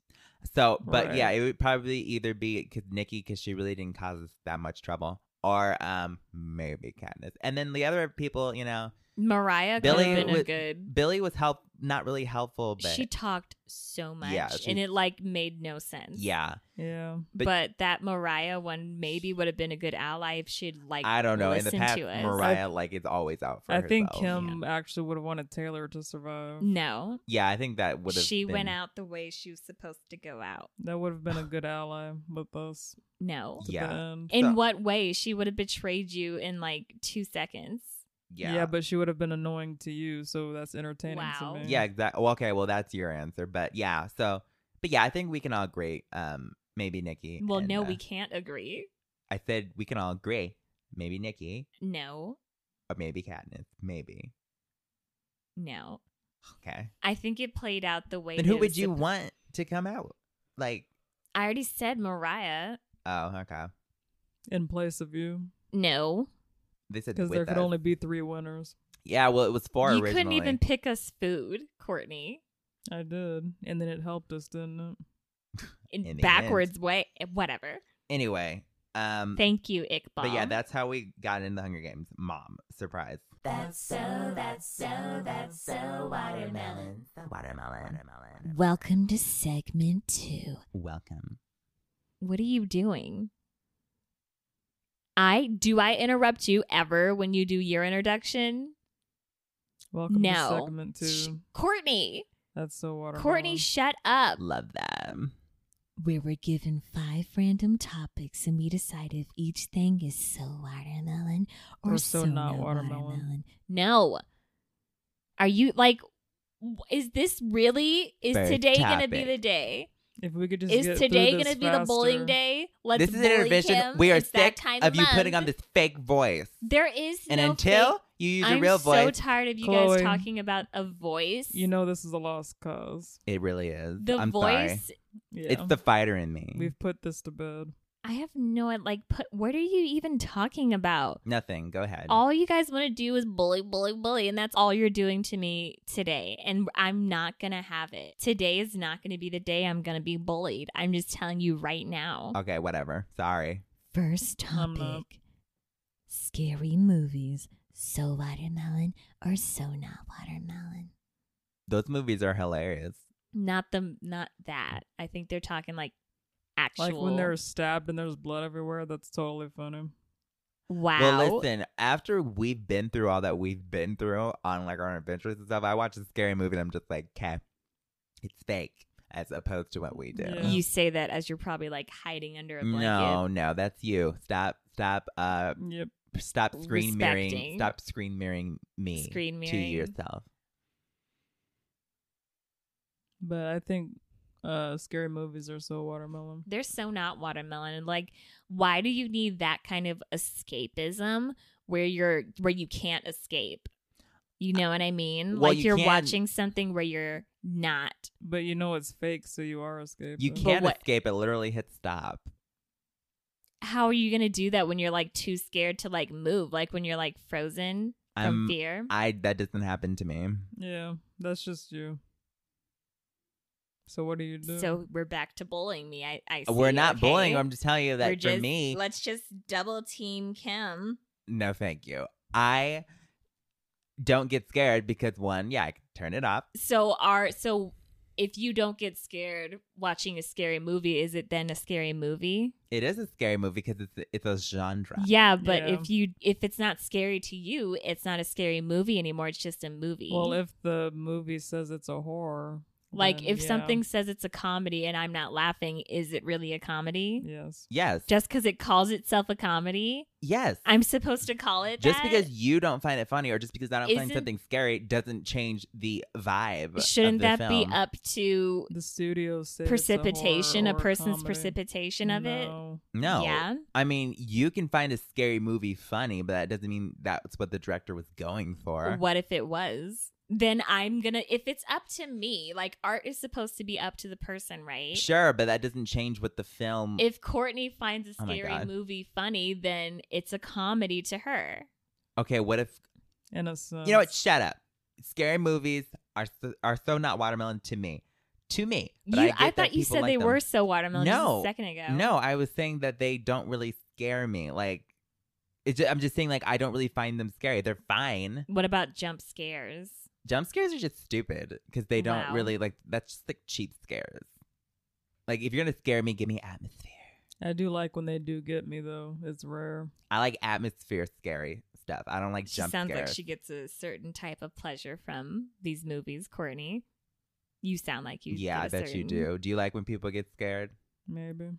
Speaker 1: So, but yeah,
Speaker 3: Right.
Speaker 1: it would probably either be cause Nikki because she really didn't cause us that much trouble, or um maybe Katniss. And then the other people, you know,
Speaker 2: Mariah could
Speaker 1: Billy
Speaker 2: have been a
Speaker 1: was-
Speaker 2: good.
Speaker 1: Billy was help not really helpful, but
Speaker 2: She talked so much,
Speaker 1: Yeah,
Speaker 2: and
Speaker 1: she-
Speaker 2: it like made no sense.
Speaker 1: yeah,
Speaker 3: yeah.
Speaker 2: but,
Speaker 1: but-
Speaker 2: that Mariah one maybe would have been a good ally if she'd like.
Speaker 1: I don't know. In the
Speaker 2: listened
Speaker 1: past,
Speaker 2: to us.
Speaker 1: Mariah like is always out for
Speaker 3: I
Speaker 1: herself.
Speaker 3: think Kim actually would have wanted Taylor to
Speaker 2: Mm.
Speaker 3: survive.
Speaker 2: No,
Speaker 1: Yeah, I think that would have.
Speaker 2: she
Speaker 1: been,
Speaker 2: went out the way she was supposed to go out.
Speaker 3: That would have been a good ally with us.
Speaker 2: No,
Speaker 3: At
Speaker 1: Yeah.
Speaker 3: The end.
Speaker 2: in
Speaker 1: So-
Speaker 2: what way she would have betrayed you in like two seconds?
Speaker 1: Yeah.
Speaker 3: yeah, but she would have been annoying to you, so that's entertaining
Speaker 2: Wow.
Speaker 3: to me.
Speaker 1: Yeah, exactly. Well, okay, well that's your answer, but yeah. So, but yeah, I think we can all agree. Um, maybe Nikki.
Speaker 2: Well,
Speaker 1: and,
Speaker 2: no,
Speaker 1: uh,
Speaker 2: we can't agree.
Speaker 1: I said we can all agree. Maybe Nikki
Speaker 2: No,
Speaker 1: or maybe Katniss. Maybe.
Speaker 2: no.
Speaker 1: Okay.
Speaker 2: I think it played out the way.
Speaker 1: Then
Speaker 2: that
Speaker 1: who
Speaker 2: it
Speaker 1: would
Speaker 2: was
Speaker 1: you
Speaker 2: supposed-
Speaker 1: want to come out? Like,
Speaker 2: I already said Mariah.
Speaker 1: oh, okay.
Speaker 3: In place of you,
Speaker 2: No,
Speaker 1: They said
Speaker 3: because
Speaker 1: with
Speaker 3: there could
Speaker 1: us.
Speaker 3: only be three winners.
Speaker 1: Yeah, well, it was four
Speaker 2: you
Speaker 1: originally.
Speaker 2: couldn't even pick us food, Courtney.
Speaker 3: I did, and then it helped us, didn't it?
Speaker 2: in,
Speaker 1: In the
Speaker 2: backwards way. eh, Whatever.
Speaker 1: Anyway, um,
Speaker 2: Thank you, Iqbal.
Speaker 1: but yeah, that's how we got in the Hunger Games. Mom, surprise.
Speaker 4: That's so, that's so, that's so watermelon.
Speaker 1: Watermelon. Watermelon.
Speaker 2: Welcome to segment two.
Speaker 1: Welcome.
Speaker 2: What are you doing? I do I interrupt you ever when you do your introduction?
Speaker 3: Welcome
Speaker 2: No.
Speaker 3: to segment
Speaker 2: Sh-
Speaker 3: two.
Speaker 2: Courtney.
Speaker 3: That's so watermelon.
Speaker 2: Courtney, shut up.
Speaker 1: Love that.
Speaker 2: We were given five random topics and we decide if each thing is so watermelon
Speaker 3: or Or so so not no watermelon. watermelon.
Speaker 2: No. Are you like w- is this really is
Speaker 1: First
Speaker 2: today going to be
Speaker 1: topic.
Speaker 2: the day?
Speaker 3: if we could just get
Speaker 2: Is
Speaker 3: through
Speaker 2: today
Speaker 3: this
Speaker 2: going to be the bullying
Speaker 3: faster.
Speaker 2: day? Let's
Speaker 1: this is an
Speaker 2: bully
Speaker 1: intervention.
Speaker 2: Kim.
Speaker 1: We are
Speaker 2: it's
Speaker 1: sick
Speaker 2: that time
Speaker 1: of you
Speaker 2: month.
Speaker 1: putting on this fake voice.
Speaker 2: There is
Speaker 1: and
Speaker 2: no
Speaker 1: until
Speaker 2: fake-
Speaker 1: you use
Speaker 2: I'm
Speaker 1: your real
Speaker 2: so
Speaker 1: voice,
Speaker 2: tired of you guys
Speaker 3: Chloe.
Speaker 2: talking about a voice.
Speaker 3: You know this is a lost cause.
Speaker 1: it really is.
Speaker 2: the
Speaker 1: I'm sorry.
Speaker 2: voice.
Speaker 3: Yeah.
Speaker 1: It's the fighter in me.
Speaker 3: We've put this to bed.
Speaker 2: I have no idea. Like, put what are you even talking about?
Speaker 1: Nothing. Go ahead.
Speaker 2: All you guys want to do is bully, bully, bully, and that's all you're doing to me today. And I'm not gonna have it. Today is not gonna be the day I'm gonna be bullied. I'm just telling you right now.
Speaker 3: Uh,
Speaker 1: okay, whatever. Sorry.
Speaker 5: First
Speaker 3: I'm not.
Speaker 5: topic scary movies. So watermelon or so not watermelon?
Speaker 1: Those movies are hilarious.
Speaker 2: Not the not that. I think they're talking like actual.
Speaker 3: Like when they're stabbed and there's blood everywhere, that's totally funny.
Speaker 2: wow.
Speaker 1: Well, listen, after we've been through all that we've been through on like our adventures and stuff, I watch a scary movie and I'm just like, okay, it's fake as opposed to what we do.
Speaker 3: Yeah.
Speaker 2: You say that as you're probably like hiding under a blanket.
Speaker 1: No, no, that's you. Stop, stop, uh,
Speaker 3: Yep.
Speaker 1: stop screen mirroring,
Speaker 2: Respecting.
Speaker 1: stop screen mirroring me
Speaker 2: Screen
Speaker 1: to
Speaker 2: mirroring.
Speaker 1: yourself.
Speaker 3: But I think uh scary movies are so watermelon.
Speaker 2: They're so not watermelon. And like, why do you need that kind of escapism where you're where you can't escape? You know what I mean?
Speaker 1: Well,
Speaker 2: like
Speaker 1: you
Speaker 2: you're
Speaker 1: can-
Speaker 2: watching something where you're not.
Speaker 3: But you know it's fake, so you are escaping.
Speaker 1: You can't
Speaker 2: what-
Speaker 1: escape. It literally hit stop.
Speaker 2: How are you gonna do that when you're like too scared to like move? Like when you're like frozen from
Speaker 1: I'm,
Speaker 2: fear.
Speaker 1: I that doesn't happen to me.
Speaker 3: Yeah, that's just you. So what do you do?
Speaker 2: so we're back to bullying me. I, I see,
Speaker 1: We're not
Speaker 2: okay?
Speaker 1: bullying. I'm just telling you that
Speaker 2: We're
Speaker 1: for
Speaker 2: just-
Speaker 1: me,
Speaker 2: Let's just double team Kim.
Speaker 1: no, thank you. I don't get scared because one, yeah, I can turn it off.
Speaker 2: so are so if you don't get scared watching a scary movie is it then a scary movie
Speaker 1: It is a scary movie because it's it's a genre.
Speaker 2: yeah but
Speaker 3: Yeah.
Speaker 2: if you if it's not scary to you it's not a scary movie anymore it's just a movie
Speaker 3: well, if the movie says it's a horror,
Speaker 2: Like,
Speaker 3: Then,
Speaker 2: if
Speaker 3: yeah.
Speaker 2: something says it's a comedy and I'm not laughing, is it really a comedy?
Speaker 3: Yes.
Speaker 1: Yes.
Speaker 2: Just because it calls itself a comedy,
Speaker 1: yes.
Speaker 2: I'm supposed to call it
Speaker 1: just
Speaker 2: that?
Speaker 1: because you don't find it funny or just because I don't find
Speaker 2: Isn't-
Speaker 1: something scary doesn't change the vibe. of
Speaker 2: Shouldn't
Speaker 1: the
Speaker 2: that
Speaker 1: film.
Speaker 2: be up to
Speaker 3: The studio said it's a
Speaker 2: precipitation, a,
Speaker 3: horror or
Speaker 2: person's
Speaker 3: comedy.
Speaker 2: precipitation of it?
Speaker 3: No.
Speaker 1: No.
Speaker 2: Yeah.
Speaker 1: I mean, you can find a scary movie funny, but that doesn't mean that's what the director was going for.
Speaker 2: What if it was? Then I'm gonna. If it's up to me, like art is supposed to be up to the person, right?
Speaker 1: Sure, but that doesn't change what the film.
Speaker 2: If Courtney finds a
Speaker 1: Mm-hmm. Oh my
Speaker 2: scary
Speaker 1: God.
Speaker 2: movie funny, then it's a comedy to her.
Speaker 1: okay, what if
Speaker 3: In a sense.
Speaker 1: you know what? Shut up. Scary movies are so, are so not watermelon to me. To me, But
Speaker 2: you,
Speaker 1: get
Speaker 2: I,
Speaker 1: that
Speaker 2: thought you
Speaker 1: people
Speaker 2: said
Speaker 1: like
Speaker 2: they
Speaker 1: them.
Speaker 2: were so watermelon
Speaker 1: No.
Speaker 2: just a second ago.
Speaker 1: No, I was saying that they don't really scare me. Like, it ju- I'm just saying, like, I don't really find them scary. They're fine.
Speaker 2: What about jump scares?
Speaker 1: Jump scares are just stupid because they don't
Speaker 2: Wow.
Speaker 1: really like. That's just like cheap scares. Like, if you're gonna scare me, give me atmosphere.
Speaker 3: I do like when they do get me though. It's rare.
Speaker 1: I like atmosphere scary stuff. I don't like
Speaker 2: She
Speaker 1: jump
Speaker 2: sounds
Speaker 1: scares.
Speaker 2: like she gets a certain type of pleasure from these movies, Courtney. You sound like you.
Speaker 1: yeah,
Speaker 2: get
Speaker 1: I
Speaker 2: a
Speaker 1: bet you
Speaker 2: certain-
Speaker 1: do. Do you like when people get scared?
Speaker 3: Maybe.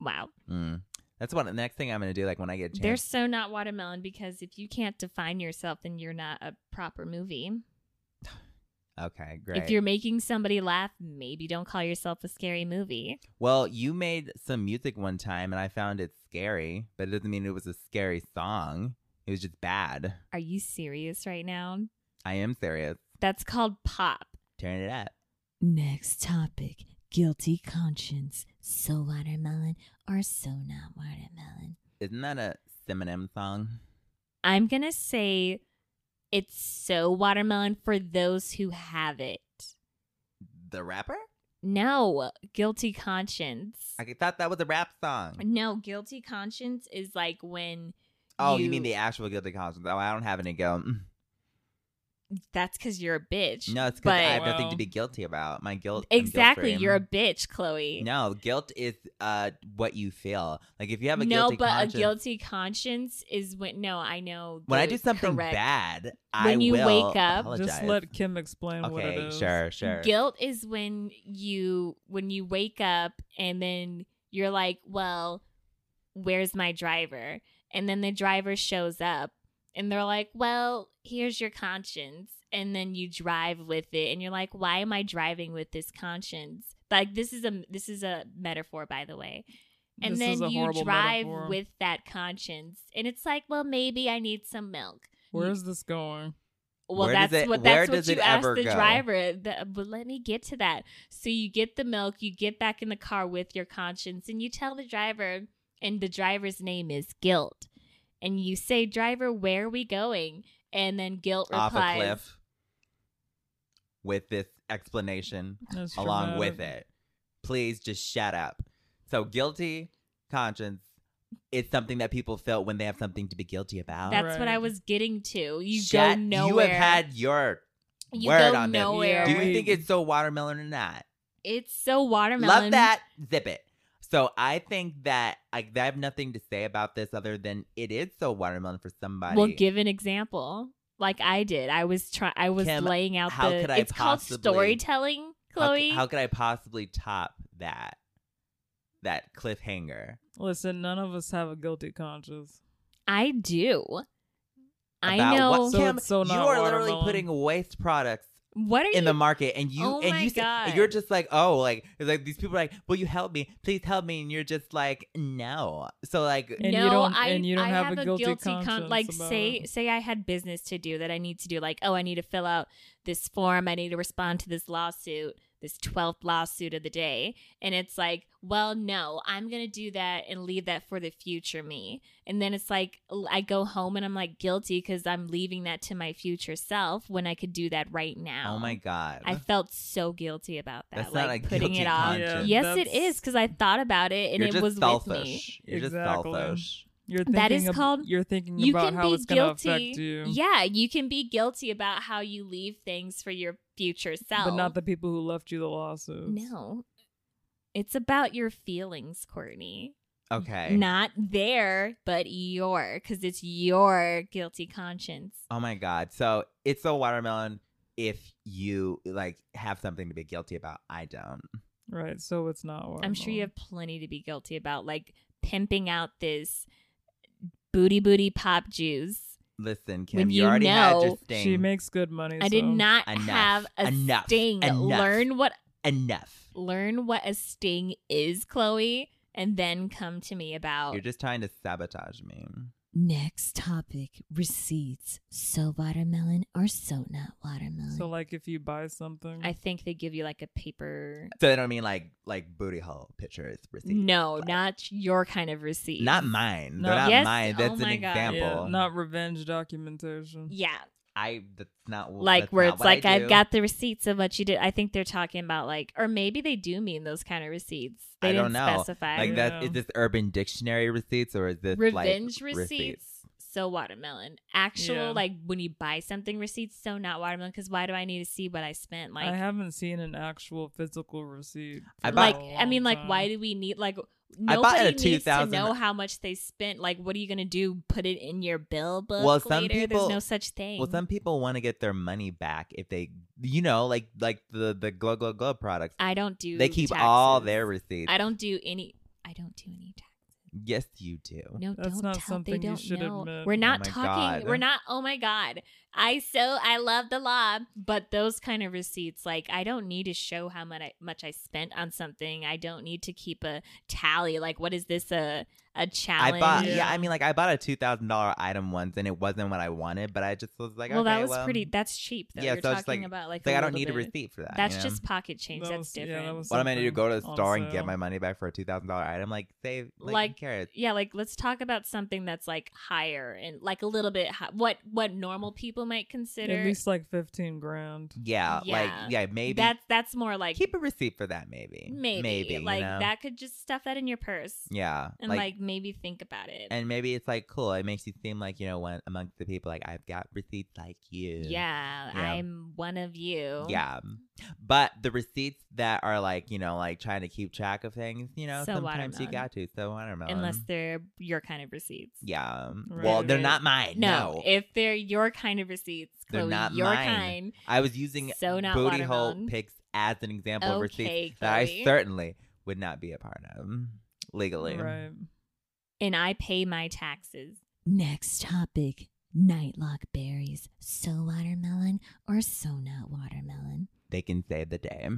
Speaker 2: Wow,
Speaker 1: Mm. That's one. The next thing I'm gonna do, like when I get a chance.
Speaker 2: they're so not watermelon because if you can't define yourself, then you're not a proper movie.
Speaker 1: okay, great.
Speaker 2: If you're making somebody laugh, maybe don't call yourself a scary movie.
Speaker 1: Well, you made some music one time and I found it scary, but it doesn't mean it was a scary song. It was just bad.
Speaker 2: Are you serious right now?
Speaker 1: I am serious.
Speaker 2: That's called pop.
Speaker 1: Turn it up.
Speaker 5: Next topic guilty conscience. So watermelon or so not watermelon.
Speaker 1: Isn't that a Eminem song?
Speaker 2: I'm going to say it's so watermelon for those who have it.
Speaker 1: The rapper?
Speaker 2: No, guilty conscience.
Speaker 1: I thought that was a rap song.
Speaker 2: No, guilty conscience is like when
Speaker 1: Oh, you,
Speaker 2: you
Speaker 1: mean the actual guilty conscience? Oh, I don't have any guilt. Mm.
Speaker 2: that's because you're a bitch.
Speaker 1: No, it's because
Speaker 2: But-
Speaker 1: I have nothing
Speaker 3: Wow.
Speaker 1: to be guilty about. My guilt. I'm
Speaker 2: exactly.
Speaker 1: guilt-free.
Speaker 2: You're a bitch, Chloe.
Speaker 1: No, guilt is uh what you feel. Like if you have a
Speaker 2: no,
Speaker 1: guilty
Speaker 2: but
Speaker 1: conscience,
Speaker 2: a guilty conscience is when. No, I know.
Speaker 1: when I
Speaker 2: the
Speaker 1: do something
Speaker 2: correct-
Speaker 1: bad, I
Speaker 2: When you
Speaker 1: will
Speaker 2: wake up-
Speaker 3: Just
Speaker 1: apologize.
Speaker 3: let Kim explain what it
Speaker 1: Okay,
Speaker 3: is.
Speaker 1: sure, sure.
Speaker 2: Guilt is when you when you wake up and then you're like, well, where's my driver? And then the driver shows up and they're like, well, here's your conscience. And then you drive with it and you're like, why am I driving with this conscience? Like this is a this is a metaphor by the way. And
Speaker 3: This is
Speaker 2: then
Speaker 3: a
Speaker 2: you
Speaker 3: horrible
Speaker 2: drive
Speaker 3: metaphor.
Speaker 2: with that conscience and it's like, well, maybe I need some milk.
Speaker 3: Where is this going?
Speaker 2: Well,
Speaker 1: Where does
Speaker 2: that's
Speaker 1: it-
Speaker 2: what
Speaker 1: where
Speaker 2: that's what
Speaker 1: does
Speaker 2: you
Speaker 1: it
Speaker 2: ask
Speaker 1: ever
Speaker 2: the
Speaker 1: go?
Speaker 2: driver. The, but let me get to that. So you get the milk, you get back in the car with your conscience, and you tell the driver, and the driver's name is Guilt, and you say, "Driver, where are we going?" And then Guilt
Speaker 1: off a
Speaker 2: replies,
Speaker 1: cliff with this explanation
Speaker 3: That's
Speaker 1: along
Speaker 3: traumatic.
Speaker 1: with it. Please just shut up. So guilty conscience is something that people feel when they have something to be guilty about.
Speaker 2: "That's what
Speaker 3: Right.
Speaker 2: I was getting to." You
Speaker 1: Shut-
Speaker 2: go
Speaker 1: You
Speaker 2: nowhere.
Speaker 1: have had your
Speaker 2: You
Speaker 1: word
Speaker 2: go
Speaker 1: on this.
Speaker 2: nowhere.
Speaker 1: Do you
Speaker 3: Right.
Speaker 1: think it's so watermelon or not?
Speaker 2: It's so watermelon.
Speaker 1: Love that. Zip it. So I think that I, I have nothing to say about this other than it is so watermelon for somebody.
Speaker 2: Well, give an example. Like I did. I was try I was
Speaker 1: Kim,
Speaker 2: laying out
Speaker 1: how
Speaker 2: the
Speaker 1: could I
Speaker 2: it's called
Speaker 1: possibly-
Speaker 2: storytelling,
Speaker 1: How
Speaker 2: Chloe.
Speaker 1: c- How, could I possibly top that? That cliffhanger.
Speaker 3: Listen, none of us have a guilty conscience.
Speaker 2: I do. I
Speaker 1: about
Speaker 2: know.
Speaker 1: What,
Speaker 3: So
Speaker 1: Kim,
Speaker 3: it's so
Speaker 1: you
Speaker 3: not
Speaker 1: are literally
Speaker 3: watermelon.
Speaker 1: putting waste products
Speaker 2: What are
Speaker 1: in
Speaker 2: you?
Speaker 1: the market, and you
Speaker 2: Oh
Speaker 1: and
Speaker 2: my
Speaker 1: you say- and
Speaker 2: God.
Speaker 1: you're just like, oh, like it's like these people are like, will you help me? Please help me, and you're just like, no. So like,
Speaker 3: And
Speaker 2: no,
Speaker 3: you don't-
Speaker 2: I,
Speaker 3: and you don't
Speaker 2: I
Speaker 3: have
Speaker 2: have,
Speaker 3: a
Speaker 2: a
Speaker 3: guilty
Speaker 2: con-
Speaker 3: conscience
Speaker 2: like
Speaker 3: about
Speaker 2: say
Speaker 3: it.
Speaker 2: say I had business to do that I need to do. Like oh, I need to fill out this form. I need to respond to this lawsuit, this twelfth lawsuit of the day. And it's like, well, no, I'm gonna do that and leave that for the future me. And then it's like l- I go home and I'm like guilty because I'm leaving that to my future self when I could do that right now.
Speaker 1: oh my god,
Speaker 2: I felt so guilty about that.
Speaker 1: That's
Speaker 2: like
Speaker 1: not a
Speaker 2: putting
Speaker 1: guilty
Speaker 2: it off.
Speaker 1: conscience.
Speaker 2: yes, it
Speaker 3: That's-
Speaker 2: is because I thought about it and
Speaker 1: you're
Speaker 2: it
Speaker 1: just
Speaker 2: was with me.
Speaker 1: selfish. You're
Speaker 3: Exactly.
Speaker 1: just selfish.
Speaker 3: You're thinking
Speaker 2: That is
Speaker 3: ab-
Speaker 2: called-
Speaker 3: You're thinking
Speaker 2: You
Speaker 3: Mm, about
Speaker 2: can
Speaker 3: how
Speaker 2: be
Speaker 3: it's going to
Speaker 2: guilty.
Speaker 3: affect you,
Speaker 2: Yeah, you can be guilty about how you leave things for your future self.
Speaker 3: but not the people who left you the lawsuit.
Speaker 2: No. It's about your feelings, Courtney.
Speaker 1: Okay.
Speaker 2: Not their, but your, because it's your guilty conscience.
Speaker 1: Oh my god. So it's so watermelon if you like have something to be guilty about. I don't.
Speaker 3: Right. So it's not watermelon.
Speaker 2: I'm sure you have plenty to be guilty about, like pimping out this booty booty pop juice.
Speaker 1: Listen, Kim,
Speaker 2: When
Speaker 1: you,
Speaker 2: you
Speaker 1: already had your
Speaker 2: know-
Speaker 1: sting.
Speaker 3: She makes good money.
Speaker 2: I did
Speaker 3: so-
Speaker 2: not
Speaker 1: Enough.
Speaker 2: have a
Speaker 1: Enough.
Speaker 2: sting.
Speaker 1: Enough.
Speaker 2: Learn what
Speaker 1: Enough.
Speaker 2: learn what a sting is, Chloe, and then come to me about
Speaker 1: You're just trying to sabotage me.
Speaker 5: Next topic receipts. So watermelon or so not watermelon?
Speaker 3: So like if you buy something,
Speaker 2: I think they give you like a paper.
Speaker 1: So they don't mean like like booty hole pictures receipts.
Speaker 2: No,
Speaker 1: Like,
Speaker 2: not your kind of receipt.
Speaker 1: not mine.
Speaker 3: No.
Speaker 1: They're not
Speaker 2: Yes,
Speaker 1: mine.
Speaker 2: oh
Speaker 1: That's an
Speaker 2: my God.
Speaker 1: example.
Speaker 3: yeah, not revenge documentation.
Speaker 2: Yeah,
Speaker 1: I. That's not
Speaker 2: like
Speaker 1: that's
Speaker 2: where
Speaker 1: not
Speaker 2: it's
Speaker 1: what
Speaker 2: like
Speaker 1: I
Speaker 2: I've
Speaker 1: do.
Speaker 2: got the receipts of what you did. I think they're talking about like, or maybe they do mean those kind of receipts. They
Speaker 1: I don't
Speaker 2: didn't
Speaker 1: know.
Speaker 2: specify.
Speaker 1: Like that. Is
Speaker 3: Yeah.
Speaker 1: this Urban Dictionary receipts or is this like,
Speaker 2: revenge receipts. So watermelon, actual
Speaker 3: Yeah.
Speaker 2: like when you buy something receipts. So not watermelon because why do I need to see what I spent? Like
Speaker 3: I haven't seen an actual physical receipt.
Speaker 1: I
Speaker 3: for
Speaker 1: bought-
Speaker 2: like
Speaker 3: a
Speaker 2: I mean,
Speaker 3: long
Speaker 2: like, why
Speaker 3: time.
Speaker 2: do we need like
Speaker 1: I bought
Speaker 2: nobody
Speaker 1: a
Speaker 2: needs to
Speaker 1: 2000
Speaker 2: know how much they spent? Like, what are you gonna do? Put it in your bill book?
Speaker 1: Well, some
Speaker 2: later?
Speaker 1: people-
Speaker 2: there's no such thing.
Speaker 1: Well, some people want to get their money back if they, you know, like like the the glow glow glow products.
Speaker 2: I don't do.
Speaker 1: They keep all
Speaker 2: taxes.
Speaker 1: their receipts.
Speaker 2: I don't do any. I don't do any taxes.
Speaker 1: yes, you do.
Speaker 2: No,
Speaker 3: That's
Speaker 2: don't
Speaker 3: not
Speaker 2: tell.
Speaker 3: something
Speaker 2: they
Speaker 3: you
Speaker 2: don't
Speaker 3: should
Speaker 2: know.
Speaker 3: admit.
Speaker 2: We're
Speaker 3: Oh
Speaker 2: not
Speaker 1: my
Speaker 2: talking.
Speaker 1: God.
Speaker 2: We're not. Oh my god! I so I love the law, but those kind of receipts, like I don't need to show how much I, much I spent on something. I don't need to keep a tally. Like, what is this a a challenge?
Speaker 1: I bought.
Speaker 3: Yeah.
Speaker 1: Yeah. I mean, like I bought a two thousand dollar item once, and it wasn't what I wanted, but I just was like,
Speaker 2: well,
Speaker 1: okay,
Speaker 2: that was
Speaker 1: well,
Speaker 2: pretty. That's cheap. Though.
Speaker 1: yeah,
Speaker 2: You're
Speaker 1: so I was
Speaker 2: talking
Speaker 1: just like-
Speaker 2: about like.
Speaker 1: It's like
Speaker 2: a
Speaker 1: I don't
Speaker 2: little
Speaker 1: need a
Speaker 2: bit.
Speaker 1: receipt for that.
Speaker 2: That's
Speaker 1: you know?
Speaker 2: just pocket change.
Speaker 3: That
Speaker 2: that's
Speaker 3: was- yeah, that
Speaker 2: different. Yeah,
Speaker 3: was-
Speaker 1: What am I gonna do? Go to the
Speaker 3: something on
Speaker 1: store and
Speaker 3: sale.
Speaker 1: get my money back for a two thousand dollar item? Like save like,
Speaker 2: Like-
Speaker 1: carrots.
Speaker 2: like let's talk about something that's like higher and like a little bit hi- what what normal people might consider.
Speaker 3: At least like fifteen grand.
Speaker 1: Yeah,
Speaker 2: Yeah.
Speaker 1: like yeah, maybe
Speaker 2: that's that's more like
Speaker 1: keep a receipt for that. Maybe,
Speaker 2: maybe,
Speaker 1: maybe
Speaker 2: like
Speaker 1: you know?
Speaker 2: that could just stuff that in your purse
Speaker 1: Yeah,
Speaker 2: and like, maybe think about it
Speaker 1: and maybe it's like cool. It makes you seem like you know one amongst the people. Like I've got receipts like you.
Speaker 2: yeah,
Speaker 1: Yeah.
Speaker 2: i'm one of you
Speaker 1: Yeah. But the receipts that are like, you know, like trying to keep track of things, you know,
Speaker 2: So
Speaker 1: sometimes you
Speaker 2: watermelon.
Speaker 1: got to. So watermelon.
Speaker 2: unless they're your kind of receipts
Speaker 1: um, Yeah. um,
Speaker 3: Right,
Speaker 1: Well, they're
Speaker 3: right.
Speaker 1: not mine. No.
Speaker 2: no, if they're your kind of receipts
Speaker 1: They're
Speaker 2: Chloe,
Speaker 1: not
Speaker 2: your
Speaker 1: mine.
Speaker 2: kind
Speaker 1: I was using
Speaker 2: So not
Speaker 1: booty hole
Speaker 2: watermelon.
Speaker 1: pics as an example of receipts
Speaker 2: okay
Speaker 1: that I
Speaker 2: Chloe.
Speaker 1: certainly would not be a part of legally.
Speaker 3: Right.
Speaker 2: and i pay my taxes
Speaker 5: Next topic nightlock berries. So watermelon or so not watermelon?
Speaker 1: They can save the day.